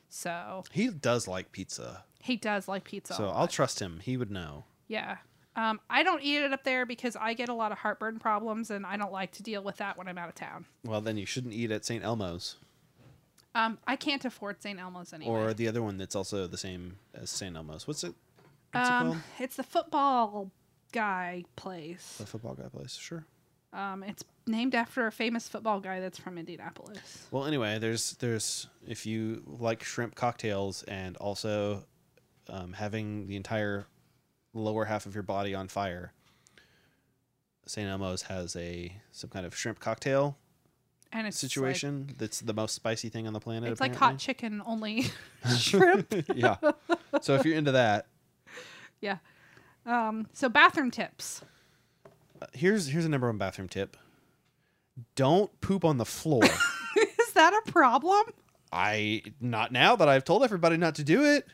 So
He does like pizza.
he does like pizza.
So
a
I'll
lot.
trust him. He would know.
yeah. Um, I don't eat it up there because I get a lot of heartburn problems, and I don't like to deal with that when I'm out of town.
Well, then you shouldn't eat at St. Elmo's
Um, I can't afford St. Elmo's anymore.
or the other one that's also the same as St. Elmo's. What's it? What's it called?
Um, it's the football guy place.
The football guy place. Sure.
Um, it's named after a famous football guy that's from Indianapolis.
Well, anyway, there's there's if you like shrimp cocktails and also um, having the entire lower half of your body on fire. St. Elmo's has a some kind of shrimp cocktail
And it's like-
situation that's the most spicy thing on the planet. *laughs*
it's like hot chicken only *laughs* shrimp. *laughs*
like hot. yeah. So if you're into that,
Yeah. Um, so bathroom tips.
Uh, Here's here's a number one bathroom tip. Don't poop on
*laughs*
the floor.
*laughs* Is that a problem?
I not now that I've told everybody not to do it.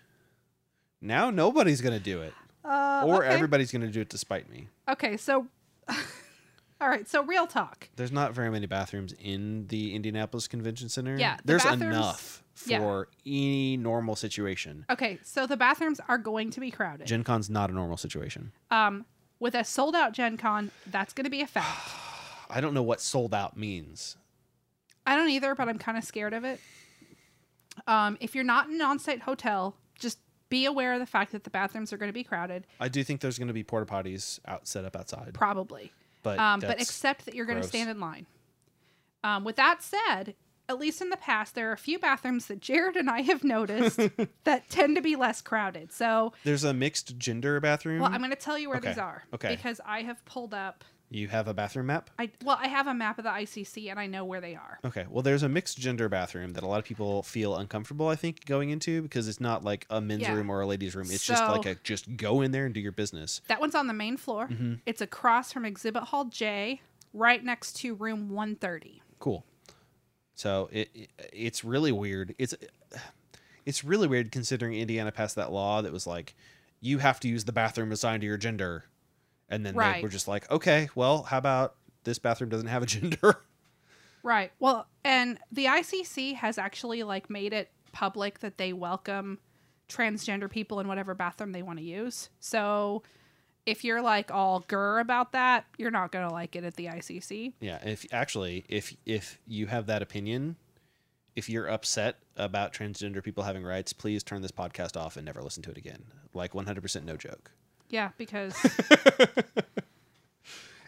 Now nobody's gonna do it,
Uh,
or
okay.
everybody's gonna do it despite me.
Okay, so *laughs* all right, so real talk.
There's not very many bathrooms in the Indianapolis Convention Center.
Yeah, the
there's
bathrooms-
enough
yeah.
for any normal situation.
Okay, so the bathrooms are going to be crowded.
Gen Con's not a normal situation.
um, with a sold out Gen Con, that's going to be a fact.
*sighs* I don't know what sold out means.
I don't either, but I'm kind of scared of it. Um, if you're not in an on site hotel, just be aware of the fact that the bathrooms are going to be crowded,
I do think there's going to be porta potties out set up outside,
probably.
but
um, but
that's-
except that you're going to
gross.
stand in line. Um, with that said, at least in the past, there are a few bathrooms that Jared and I have
*laughs*
noticed that tend to be less crowded. So,
there's a mixed gender bathroom.
well, I'm going to tell you where
Mm. Okay,
these are
okay.
because I have pulled up.
you have a bathroom map.
I well, I have a map of the ICC and I know where they are.
Okay. Well, there's a mixed gender bathroom that a lot of people feel uncomfortable, I think, going into because it's not like a men's
Yeah.
room or a ladies' room. It's just
So-
like a just go in there and do your business.
That one's on the main floor.
Mm-hmm.
It's across from Exhibit Hall J, right next to room 130.
Cool. So it, it it's really weird. It's it's really weird considering Indiana passed that law that was like you have to use the bathroom assigned to your gender, and then they
Right.
were just like, okay, well, how about this bathroom doesn't have a *laughs* gender?
Right. Well, and the ICC has actually like made it public that they welcome transgender people in whatever bathroom they want to use. So if you're like all grr about that, you're not going to like it at the ICC.
Yeah, if actually if if you have that opinion, if you're upset about transgender people having rights, please turn this podcast off and never listen to it again. Like 100% no joke.
Yeah, *laughs* because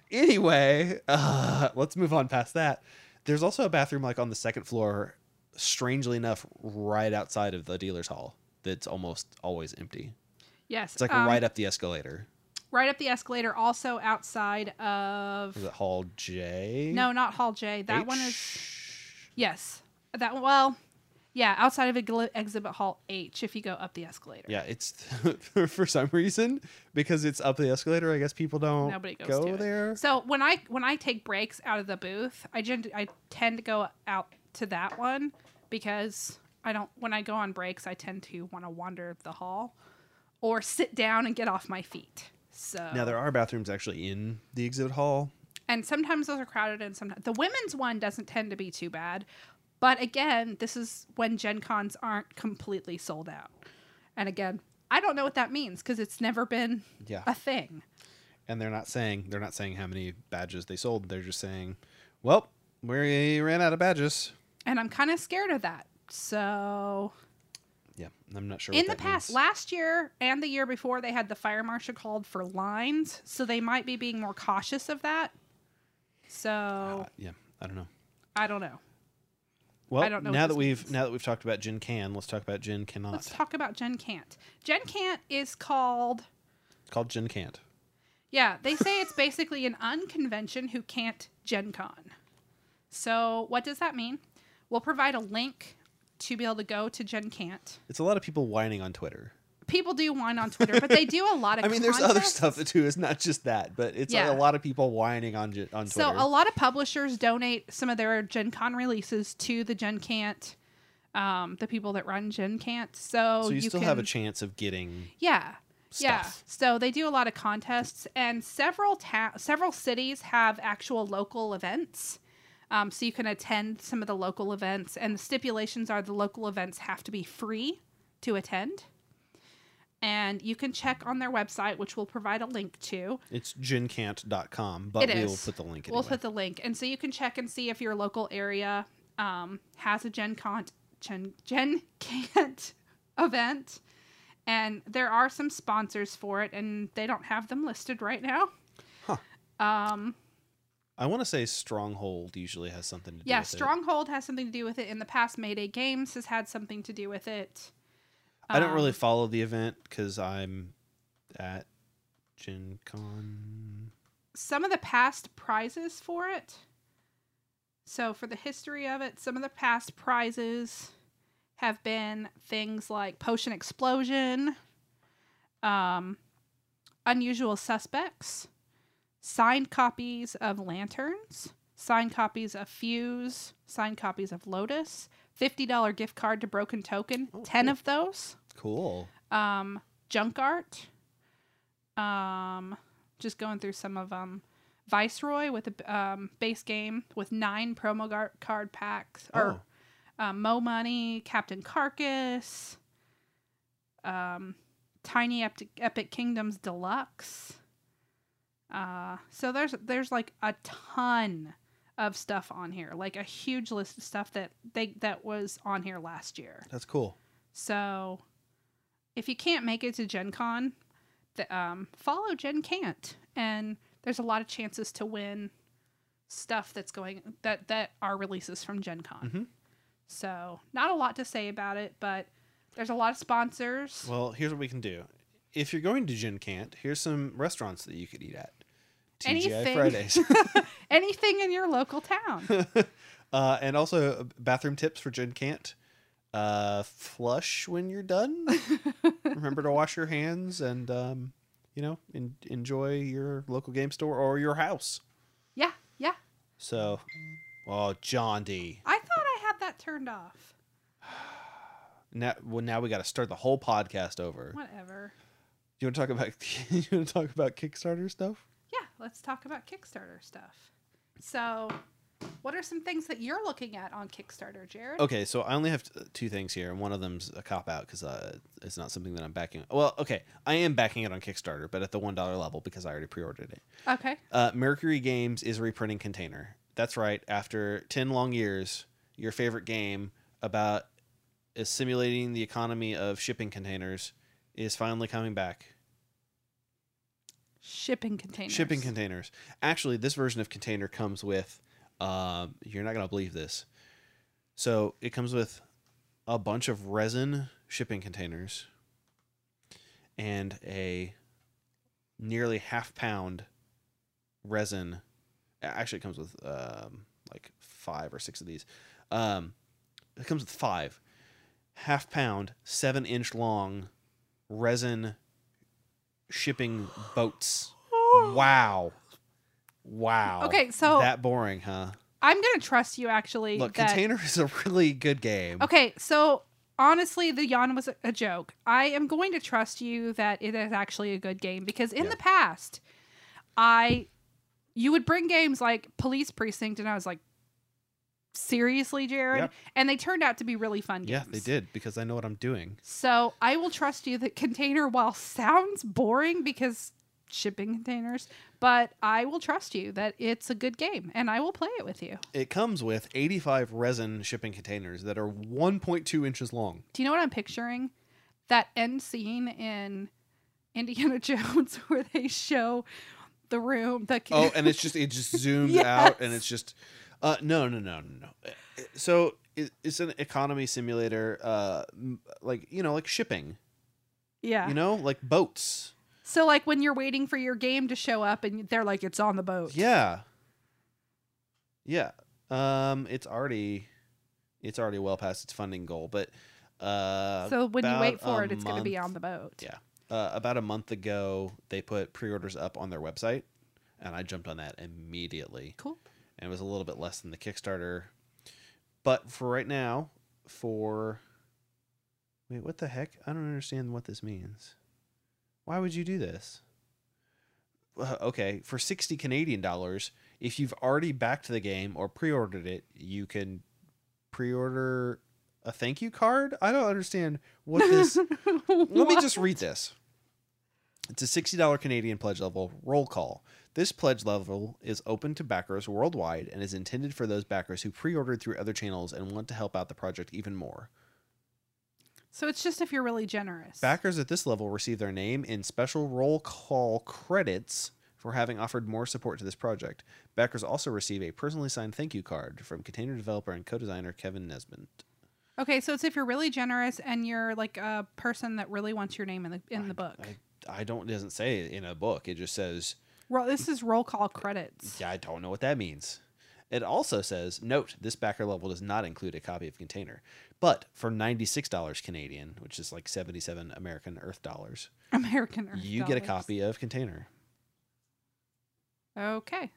Anyway, *laughs* uh, let's move on past that. There's also a bathroom like on the second floor, strangely enough, right outside of the dealer's hall. That's almost always empty.
yes,
It's like
um,
right up the escalator.
right up the escalator also outside of
Is it Hall J?
No, not Hall J. That one is
H?
yes. That one well, yeah, outside of Egli- Exhibit Hall H if you go up the escalator.
Yeah, it's *laughs* for some reason because it's up the escalator. I guess people don't
Nobody goes to
go
it.
there.
So when I when I take breaks out of the booth, I gen- I tend to go out to that one because I don't when I go on breaks, I tend to want to wander the hall or sit down and get off my feet. So
Now there are bathrooms actually in the exhibit hall.
and sometimes those are crowded and sometimes the women's one doesn't tend to be too bad. But again, this is when Gen Cons aren't completely sold out. And again, I don't know what that means because it's never been
Yeah,
a thing.
and they're not saying they're not saying how many badges they sold. They're just saying, well, we ran out of badges.
And I'm kind of scared of that. So
Yeah, I'm not sure.
in the
what that
past
means.
last year and the year before they had the fire marshal called for lines so they might be being more cautious of that so
Uh, yeah, I don't know.
i don't know
Well,
don't know what
now that
this
we've
means.
now that we've talked about Jin can, let's talk about Jin cannot.
let's talk about gen cant gen cant is called
It's called Jin can't.
yeah they say
*laughs*
it's basically an unconvention who can't gen con so what does that mean we'll provide a link to be able to go to gen cant
It's a lot of people whining on Twitter.
people do whine on twitter but they do a lot of
*laughs* I mean, there's other
contests.
stuff that too. It's not just that, but it's
Yeah.
a lot of people whining on Jin- on
So
Twitter.
a lot of publishers donate some of their Gen Con releases to the Gen Cant, um, the people that run Gen Cant. So,
so you, still have a
can-
chance of getting
yeah, yeah.
Stuff.
So they do a lot of contests, and several ta- several cities have actual local events. Um, so you can attend some of the local events, and the stipulations are the local events have to be free to attend. And you can check on their website, which we'll provide a link to.
It's gincant.com, but
It
we will
is.
put the link
We'll
anyway.
put the link, and so you can check and see if your local area um, has a Gen Con Gen Gen Cant *laughs* event. And there are some sponsors for it, and they don't have them listed right now. Um,
I want to say Stronghold usually has something to do
yeah,
with it.
Stronghold has something to do with it in the past. Mayday Games has had something to do with it.
I don't really
Um,
follow the event because I'm at Gen Con.
some of the past prizes for it. So, for the history of it, some of the past prizes have been things like Potion Explosion, um, unusual suspects, signed copies of lanterns, signed copies of Fuse, signed copies of Lotus, $50 gift card to Broken Token,
Oh,
10
cool.
of those,
Cool.
um, junk art, um, just going through some of them. Viceroy with a um, base game with nine promo gar- card packs, or
Oh,
uh, Mo Money, Captain Carcass, um, Tiny Epic, Epic Kingdoms Deluxe. Uh, so there's there's like a ton of stuff on here, like a huge list of stuff that they that was on here last year.
that's cool.
So if you can't make it to Gen Con, th- um, follow Gen Can't, and there's a lot of chances to win stuff that's going that that are releases from Gen Con.
Mhm.
So not a lot to say about it, but there's a lot of sponsors.
Well, here's what we can do. If you're going to Gin Cant, here's some restaurants that you could eat at. TGI
Anything.
Fridays.
Anything in your local
*laughs*
town.
uh, and also uh, bathroom tips for Gin Cant. Uh, flush when you're done. Remember to wash your hands and, um, you know, en- enjoy your local game store or your house.
yeah, yeah.
So, oh, John D.
I thought I had that turned off.
Now, well, now we got to start the whole podcast over.
Whatever.
You want to talk about *laughs* you want to talk about Kickstarter stuff?
Yeah, let's talk about Kickstarter stuff. So, what are some things that you're looking at on Kickstarter, Jared?
Okay, so I only have t- uh, two things here, and one of them's a cop out because uh, it's not something that I'm backing. Well, okay, I am backing it on Kickstarter, but at the one dollar level because I already pre-ordered it.
Okay.
Uh, Mercury Games is reprinting Container. That's right. After ten long years, your favorite game about is simulating the economy of shipping containers is finally coming back.
Shipping containers.
Shipping *gasps* containers. Actually, this version of container comes with. Um, you're not gonna believe this. So it comes with a bunch of resin shipping containers and a nearly half pound resin. a- Actually, it comes with um, like five or six of these. Um, it comes with five half pound, seven inch long resin shipping boats. Wow. Wow.
Okay, so-
that boring, huh?
I'm gonna trust you actually.
Look,
that-
Container is a really good game.
Okay, so honestly, the yawn was a- a joke. I am going to trust you that it is actually a good game because in
Yeah.
the past, I you would bring games like Police Precinct, and I was like, seriously, Jared,
Yeah.
and they turned out to be really fun.
Yeah,
games.
they did because I know what I'm doing.
So I will trust you that container, while sounds boring because shipping containers, but I will trust you that it's a good game and I will play it with you.
It comes with 85 resin shipping containers that are 1.2 inches long.
Do you know what I'm picturing? That end scene in Indiana *laughs* Jones where they show the room. The
Oh, and it's just it just zoomed
Yes.
out and it's just uh no, no, no, no, no. So it, it's an economy simulator uh m- like, you know, like shipping,
*laughs* yeah.
you know, like boats.
So like when you're waiting for your game to show up and they're like, it's on the boat.
Yeah. Yeah. Um it's already it's already well past its funding goal, but uh
so when you
about
wait for
a
it, it's going to be
month.
on the boat.
Yeah. uh, about a month ago, they put pre-orders up on their website, and I jumped on that immediately.
Cool.
And it was a little bit less than the Kickstarter, but for right now, for wait, what the heck? I don't understand what this means. Why would you do this? Uh, okay, for sixty Canadian dollars, if you've already backed the game or pre-ordered it, you can pre-order a thank you card. I don't understand what this
*laughs*
let me just read this. It's a $60 Canadian pledge level roll call. This pledge level is open to backers worldwide and is intended for those backers who pre ordered through other channels and want to help out the project even more.
so it's just if you're really generous.
Backers at this level receive their name in special roll call credits for having offered more support to this project. Backers also receive a personally signed thank you card from container developer and co designer Kevin Nesmond.
Okay, so it's if you're really generous and you're like a person that really wants your name in the in the book.
I, I don't, it doesn't say in a book, it just says
Ro- this is roll call credits.
Yeah, I don't know what that means. It also says, note, this backer level does not include a copy of Container, but for $96 Canadian, which is like 77 American Earth dollars,
American Earth.
you get a
dollars.
copy of Container.
Okay,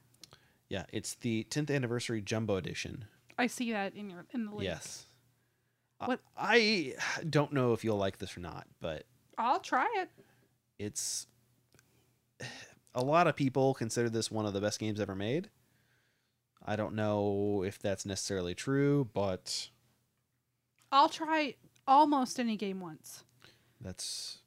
Yeah, it's the 10th anniversary jumbo edition.
I see that in your in the link.
Yes. I-
What-
I don't know if you'll like this or not, but
I'll try it.
it's *sighs* a lot of people consider this one of the best games ever made. I don't know if that's necessarily true, but
I'll try almost any game once.
that's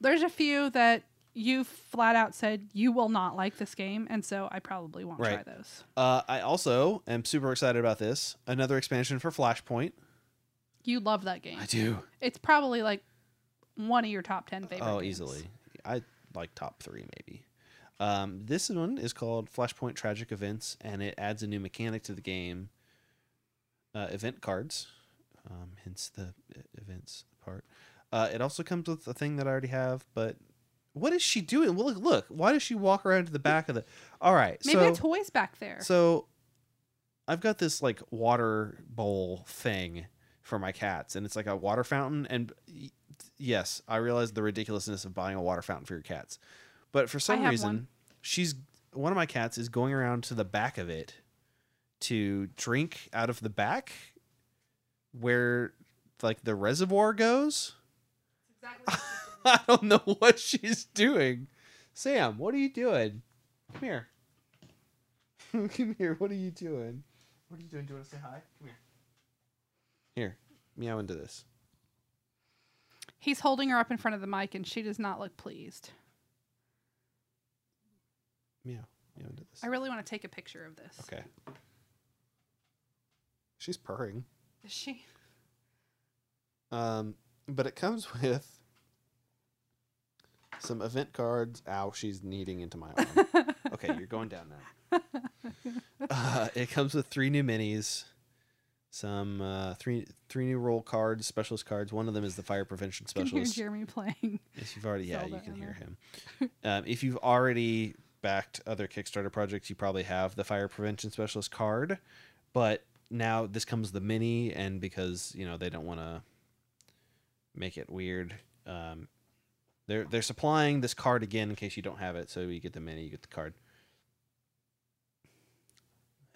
There's a few that you flat out said you will not like this game, and so I probably won't
Right.
try those.
uh, I also am super excited about this. Another expansion for Flashpoint.
You love that game.
I do.
It's probably like one of your top ten favorite.
Oh,
games.
easily. I like top three maybe. Um, this one is called Flashpoint Tragic Events, and it adds a new mechanic to the game. Uh, event cards, um, hence the e- events part. Uh, it also comes with a thing that I already have, but what is she doing? Well, look, look why does she walk around to the back of the? All right,
Maybe
so
a toy's back there.
so I've got this like water bowl thing for my cats, and it's like a water fountain. And y- yes, I realize the ridiculousness of buying a water fountain for your cats, but for some
have
reason,
one.
she's one of my cats is going around to the back of it to drink out of the back where like the reservoir goes. *laughs* I don't know what she's doing. Sam, what are you doing? Come here. *laughs* Come here. What are you doing? What are you doing? Do you want to say hi? Come here. Here. Meow into this.
He's holding her up in front of the mic, and she does not look pleased.
Meow. Meow into this.
I really want to take a picture of this.
Okay. She's purring.
Is *laughs* she?
Um, but it comes *laughs* with some event cards. Ow, she's kneading into my arm. okay, you're going down now. Uh, it comes with three new minis, some uh, three three new roll cards, specialist cards. One of them is the fire prevention
*laughs* Can hear
specialist.
Jeremy playing.
If you've already, yeah,
Zelda
you can
in
hear
there.
him.
*laughs*
Um, if you've already backed other Kickstarter projects, you probably have the fire prevention specialist card, but now this comes the mini, and because you know they don't want to make it weird, um, they're they're supplying this card again in case you don't have it. So you get the mini, you get the card,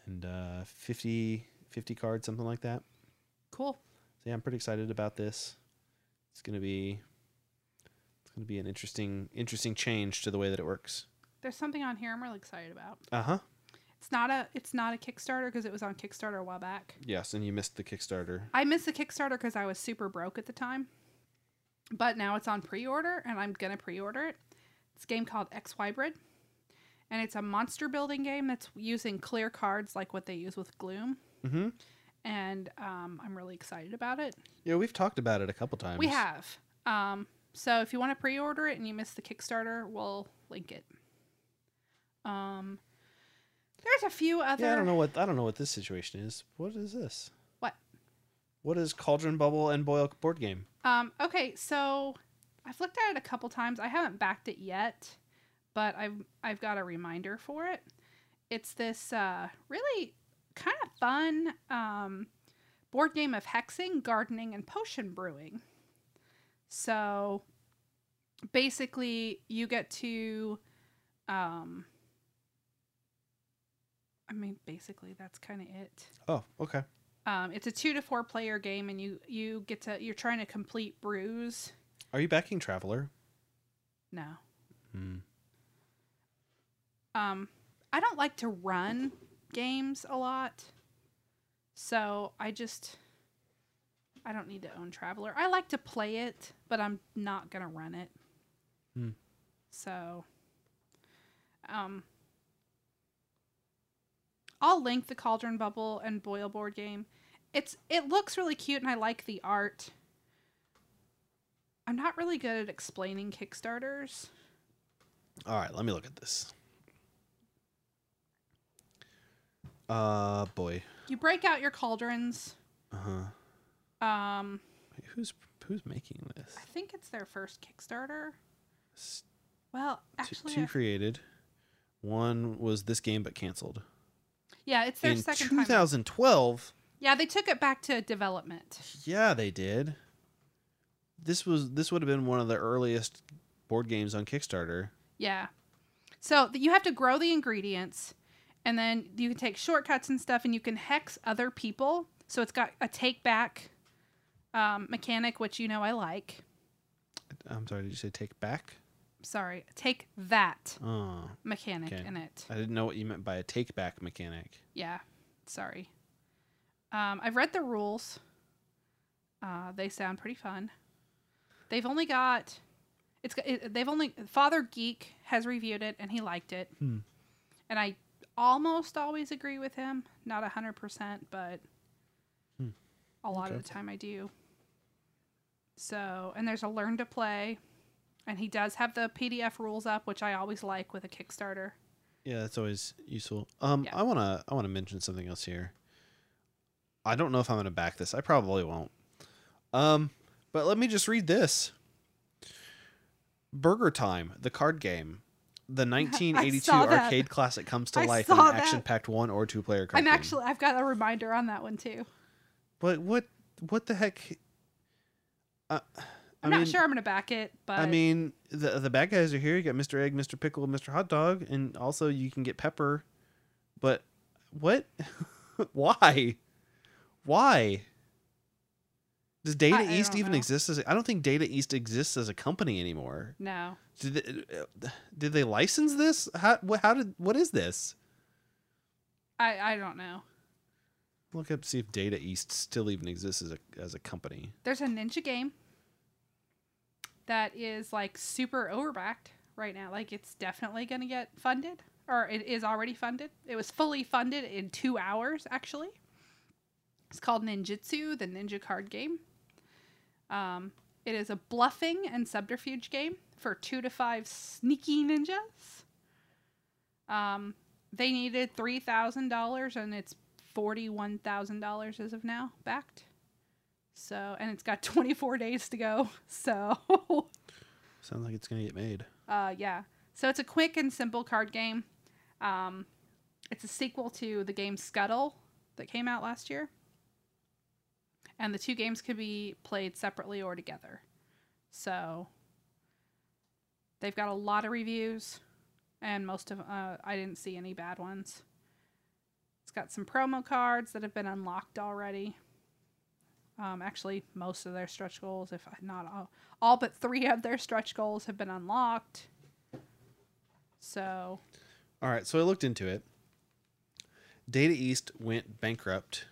and uh, 50, 50 cards, something like that.
Cool.
So yeah, I'm pretty excited about this. It's gonna be it's gonna be an interesting interesting change to the way that it works.
There's something on here I'm really excited about.
Uh huh.
It's not a it's not a Kickstarter because it was on Kickstarter a while back.
Yes, and you missed the Kickstarter.
I missed the Kickstarter because I was super broke at the time. But now it's on pre order and I'm going to pre order it. It's a game called X Hybrid. And it's a monster building game that's using clear cards like what they use with Gloom.
Mm-hmm.
And um, I'm really excited about it.
Yeah, we've talked about it a couple times.
We have. Um, so if you want to pre order it and you miss the Kickstarter, we'll link it. Um, there's a few other.
Yeah, I don't know what I don't know what this situation is. What is this?
What?
Cauldron Bubble and Boil board game?
Um, okay, so I've looked at it a couple times. I haven't backed it yet, but I've I've got a reminder for it. It's this uh, really kind of fun um, board game of hexing, gardening, and potion brewing. So basically, you get to. Um, I mean, basically, that's kind of it.
Oh, okay.
Um, it's a two to four player game, and you you get to you're trying to complete brews.
Are you backing Traveler?
No,
Hmm.
um, I don't like to run games a lot, so I just I don't need to own Traveler. I like to play it, but I'm not gonna run it.
Hmm.
So, um, I'll link the Cauldron Bubble and Boil Board game. It's it looks really cute, and I like the art. I'm not really good at explaining Kickstarters.
All right, let me look at this. Uh, boy.
You break out your cauldrons.
Uh huh.
Um,
Who's who's making this?
I think it's their first Kickstarter.
S-
Well,
Two-
actually, uh,
two
I-
created. One was this game but canceled.
yeah, it's their
In
second time.
2012,
Yeah, they took it back to development.
yeah, they did. This was this would have been one of the earliest board games on Kickstarter.
Yeah. So th- you have to grow the ingredients and then you can take shortcuts and stuff and you can hex other people. So it's got a take back um, mechanic, which you know I like.
I'm sorry, did you say take back?
Sorry, take that
Oh,
mechanic
Okay.
in it.
I didn't know what you meant by a take back mechanic.
Yeah, sorry. Um, I've read the rules. Uh, they sound pretty fun. They've only got, it's got- it, they've only Father Geek has reviewed it and he liked it,
Hmm.
and I almost always agree with him. Not a hundred percent, but
Hmm.
a lot
Okay.
of the time I do. So and there's a learn to play, and he does have the PDF rules up, which I always like with a Kickstarter.
Yeah, that's always useful. Um,
Yeah.
I wanna I wanna mention something else here. I don't know if I'm gonna back this. I probably won't. Um, but let me just read this. Burger Time, the card game.
*laughs*
The 1982
saw that.
arcade classic comes to
I
life in
saw
an
that.
action-packed one or two-player card
I'm
game.
actually I've got a reminder on that one too.
But what what the heck? Uh, I
I'm
mean-
not sure I'm gonna back it, but
I mean, the the bad guys are here. You got Mr. Egg, Mr. Pickle, Mr. Hot Dog, and also you can get Pepper. But what? *laughs* Why? Why? Does Data
I
East
don't
even
know.
exist as? A, I don't think Data East exists as a company anymore.
no,
Did they, uh, did they license this? How wh- how did what is this?
I I don't know.
Look up to see if Data East still even exists as a as a company.
There's a ninja game that is like super overbacked right now. Like it's definitely gonna get funded, or it is already funded. It was fully funded in two hours actually. It's called Ninjutsu, the ninja card game. Um, it is a bluffing and subterfuge game for two to five sneaky ninjas. Um, they needed three thousand dollars, and it's forty-one thousand dollars as of now backed. So, and it's got twenty-four days to go. So, *laughs*
Sounds like it's gonna get made.
uh, yeah. So it's a quick and simple card game. Um, it's a sequel to the game Scuttle that came out last year. And the two games could be played separately or together. So they've got a lot of reviews, and most of uh, I didn't see any bad ones. It's got some promo cards that have been unlocked already. Um, actually, most of their stretch goals, if not all, all but three of their stretch goals have been unlocked. So,
All right, so I looked into it. Data East went bankrupt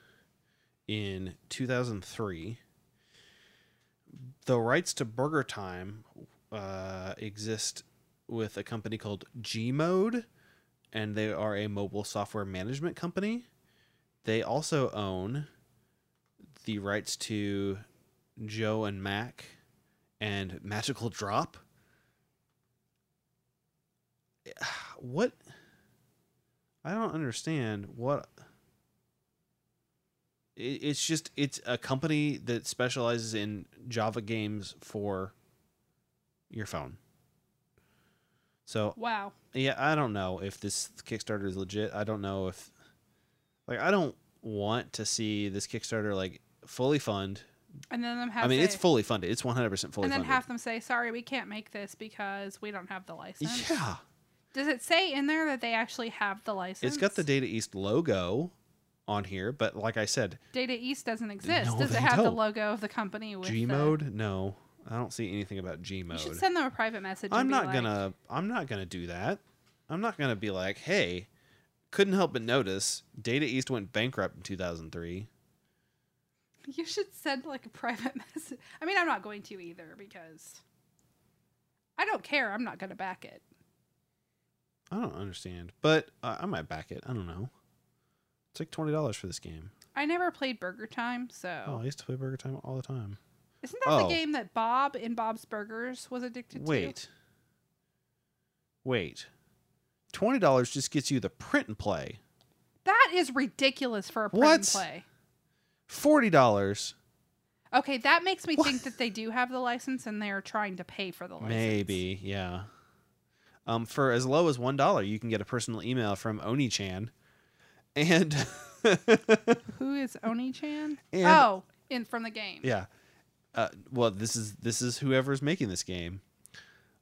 in 2003. The rights to Burger Time uh, exist with a company called G Mode, and they are a mobile software management company. They also own the rights to Joe and Mac and Magical Drop. *sighs* What? I don't understand what. It, it's just it's a company that specializes in Java games for your phone. So
wow.
yeah, I don't know if this Kickstarter is legit. I don't know if like I don't want to see this Kickstarter like fully fund.
And then them have
I mean,
say,
it's fully funded. It's 100% fully
and then
funded.
have them say, "Sorry, we can't make this because we don't have the license."
yeah.
Does it say in there that they actually have the license?
It's got the Data East logo on here, but like I said,
Data East doesn't exist.
No,
Does
they
it have the
don't.
logo of the company with
G
the-
mode? No. I don't see anything about G
You
mode.
should send them a private message. and
I'm
be
not
like-
gonna I'm not gonna do that. I'm not gonna be like, hey, couldn't help but notice Data East went bankrupt in 2003.
*laughs* You should send like a private *laughs* message. I mean, I'm not going to either because I don't care. I'm not gonna back it.
I don't understand, but uh, I might back it. I don't know. It's like twenty dollars for this game.
I never played Burger Time, so
Oh, I used to play Burger Time all the time.
isn't that
oh.
the game that Bob in Bob's Burgers was addicted to?
Wait, wait, twenty dollars just gets you the print and play.
That is ridiculous for a print
What?
and play.
Forty dollars,
Okay, that makes me
What?
think that they do have the license and they're trying to pay for the license.
maybe, yeah. Um, for as low as one dollar, you can get a personal email from Oni Chan, and *laughs*
Who is Oni Chan?
And-
oh, in from the game.
Yeah. Uh, well, this is this is whoever's making this game.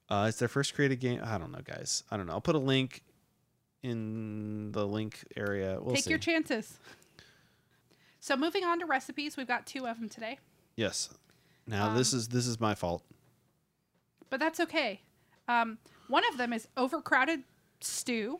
Uh, it's their first created game. I don't know, guys. I don't know. I'll put a link in the link area. We'll
Take
see.
your chances. So moving on to recipes, we've got two of them today,
yes. Now this
Um,
is this is my fault.
but that's okay. Um, one of them is overcrowded stew.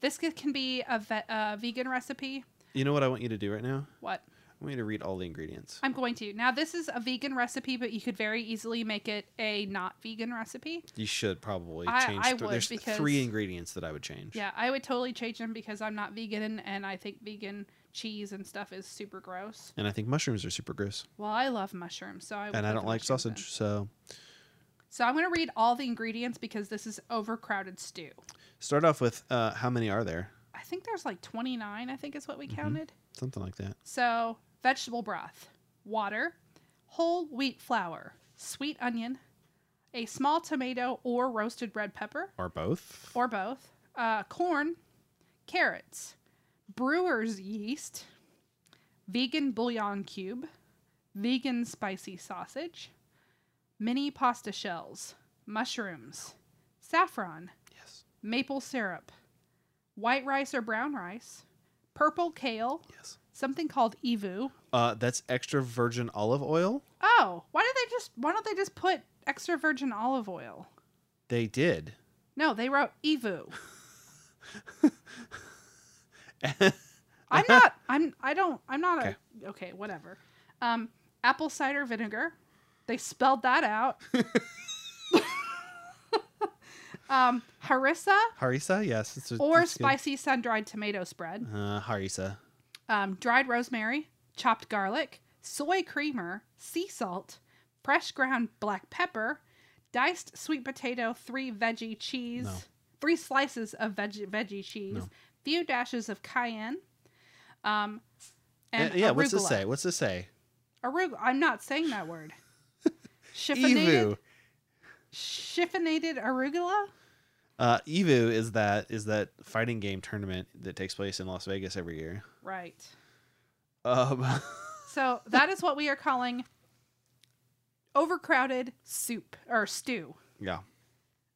This c- can be a, ve- a vegan recipe.
You know what I want you to do right now?
What?
I want you to read all the ingredients.
I'm going to. Now, this is a vegan recipe, but you could very easily make it a not vegan recipe.
You should probably
I-
change.
I
th-
would,
There's
because-
three ingredients that I would change.
Yeah, I would totally change them because I'm not vegan and I think vegan cheese and stuff is super gross.
And I think mushrooms are super gross.
Well, I love mushrooms, so I would
and I
put
don't
the
like
mushrooms in.
sausage, so
So I'm going to read all the ingredients because this is overcrowded stew.
start off with uh, how many are there?
I think there's like 29, I think is what we
Mm-hmm.
counted.
Something like that.
So, vegetable broth, water, whole wheat flour, sweet onion, a small tomato or roasted red pepper,
Or both.
or both, uh, corn, carrots, brewer's yeast, vegan bouillon cube, vegan spicy sausage, mini pasta shells, mushrooms, saffron,
Yes.
maple syrup, white rice or brown rice, purple kale,
Yes.
something called evu.
Uh, that's extra virgin olive oil.
Oh, why did they just why don't they just put extra virgin olive oil?
They did.
No, they wrote
*laughs*
evu. I'm not. I'm. I don't. I'm not
Okay.
a. Okay, whatever. Um, apple cider vinegar. They spelled that
*laughs*
out. *laughs* um, harissa
Harissa, yes. It's a,
or
it's good.
spicy sun dried tomato spread.
Uh, harissa.
Um, dried rosemary, chopped garlic, soy creamer, sea salt, fresh ground black pepper, diced sweet potato, three veggie cheese,
No.
three slices of veggie veggie cheese,
No.
few dashes of cayenne. Um, and
Uh, yeah, what's this
arugula.
say? What's this say?
Arugula. I'm not saying that word.
*laughs*
Chiffinated,
Evu.
chiffinated arugula.
Uh, Evu is that is that fighting game tournament that takes place in Las Vegas every year.
Right.
Um, *laughs*
So that is what we are calling overcrowded soup or stew.
yeah.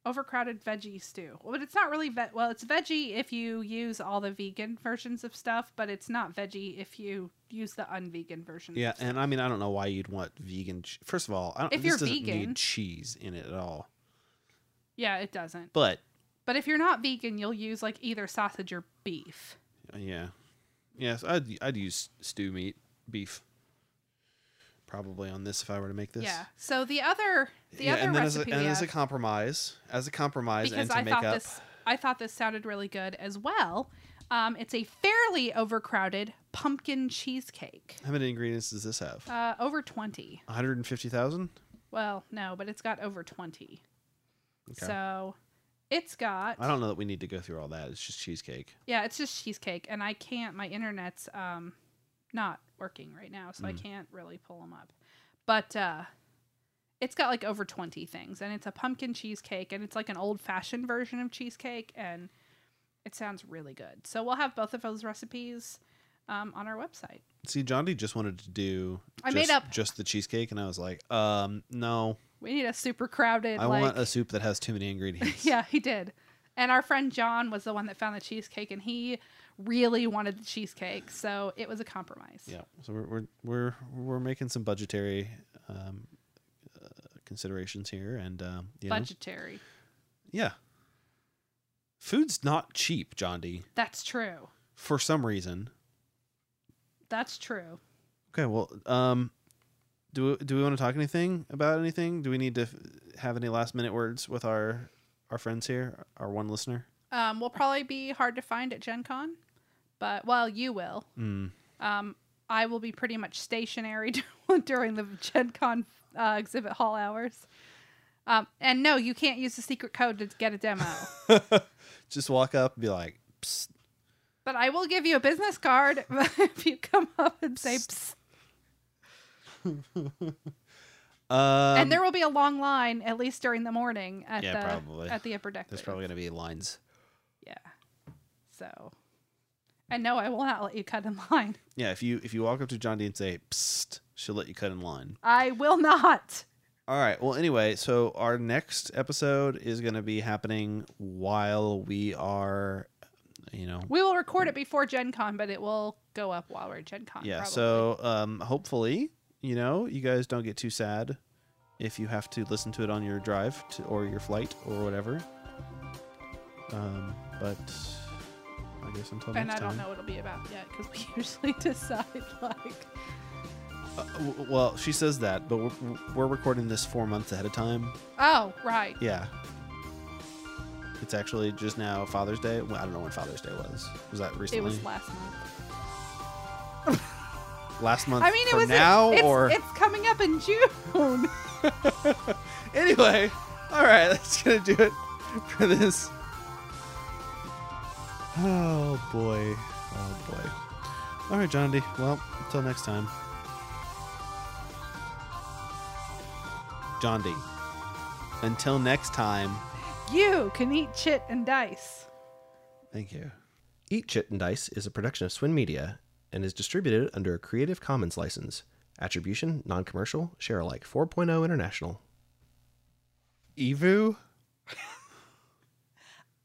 Overcrowded veggie stew. Well, But it's not really ve- well. It's veggie if you use all the vegan versions of stuff, but it's not veggie if you use the unvegan version.
Yeah,
Of stuff.
and I mean, I don't know why you'd want vegan. Che- First of all, I don't,
If
this
you're
doesn't
vegan-
need cheese in it at all.
yeah, it doesn't.
But
But if you're not vegan, you'll use like either sausage or beef.
yeah, yes, I'd I'd use stew meat, beef, probably on this if I were to make this.
Yeah. So the other the
yeah,
other
and then as a,
recipe
and
we
as a
have,
compromise, as a compromise,
because
and to
I
make
thought
up,
this I thought this sounded really good as well. Um, it's a fairly overcrowded pumpkin cheesecake.
how many ingredients does this have?
Uh, over twenty.
One hundred and fifty thousand.
Well, no, but it's got over twenty.
Okay.
So it's got
I don't know that we need to go through all that. It's just cheesecake.
yeah, it's just cheesecake, and I can't. My internet's um not working right now, so I
Hmm.
can't really pull them up. But uh, it's got like over twenty things, and it's a pumpkin cheesecake, and it's like an old fashioned version of cheesecake, and it sounds really good. So we'll have both of those recipes um, on our website.
See, John D just wanted to do.
I
just,
made up-
just the cheesecake, and I was like, um, no,
We need a super crowded.
I
like,
want a soup that has too many
*laughs*
ingredients.
Yeah, he did. And our friend John was the one that found the cheesecake, and he really wanted the cheesecake, so it was a compromise.
Yeah. So we're we're we're, we're making some budgetary um, uh, considerations here, and um, you know,
Budgetary.
yeah, food's not cheap, John D.
That's true.
For some reason.
That's true.
Okay. Well, um, do we, do we want to talk anything about anything? Do we need to f- have any last minute words with our our friends here, our one listener?
Um, we'll probably be hard to find at Gen Con, but well, you will.
Mm.
Um, I will be pretty much stationary *laughs* during the Gen Con uh, exhibit hall hours. Um, and no, you can't use the secret code to get a demo.
Just walk up and be like, Psst,
but I will give you a business card *laughs* if you come up and say, Psst.
um,
and there will be a long line at least during the morning at
Yeah,
the
probably.
at the upper deck.
there's
booth.
probably gonna be lines.
yeah. So, and no, I will not let you cut in *laughs* line.
Yeah. If you if you walk up to John D and say, Psst, she'll let you cut in line.
I will not.
All right. Well, anyway, so our next episode is going to be happening while we are, you know,
We will record it before Gen Con, but it will go up while we're at Gen Con.
yeah.
probably.
So, um, hopefully, you know, you guys don't get too sad if you have to listen to it on your drive to, or your flight or whatever. Um, but I guess until
and
next
I don't
time.
know what it'll be about yet because we *laughs* usually decide like
Uh, w- well, she says that, but we're, we're recording this four months ahead of time.
Oh, right.
Yeah. It's actually just now Father's Day. Well, I don't know when Father's Day was. Was that recently?
It was last month.
last month.
I mean, it
from
was
now
it's,
or
it's coming up in *laughs* June.
anyway. All right, *laughs* that's gonna do it for this. Oh boy, oh boy. All right, John D. Well, until next time. John D. Until next time.
you can eat chit and dice.
Thank you.
Eat Chit and Dice is a production of Swin Media and is distributed under a Creative Commons license. Attribution, non commercial, share alike 4.0 international.
Evu.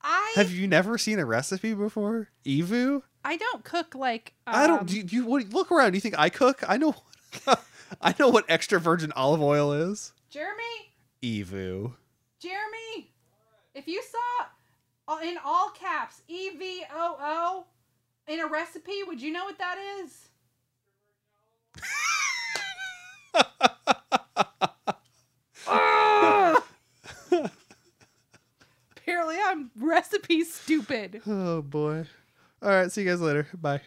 I
Have you never seen a recipe before? Evu?
I don't cook like um,
I don't. Do you, you what- look around? Do you think I cook? I know. I know what *laughs* extra virgin olive oil is.
Jeremy.
Evu.
Jeremy, if you saw uh, in all caps E V O O in a recipe, would you know what that is? Apparently, I'm recipe stupid.
Oh boy. All right. See you guys later. Bye.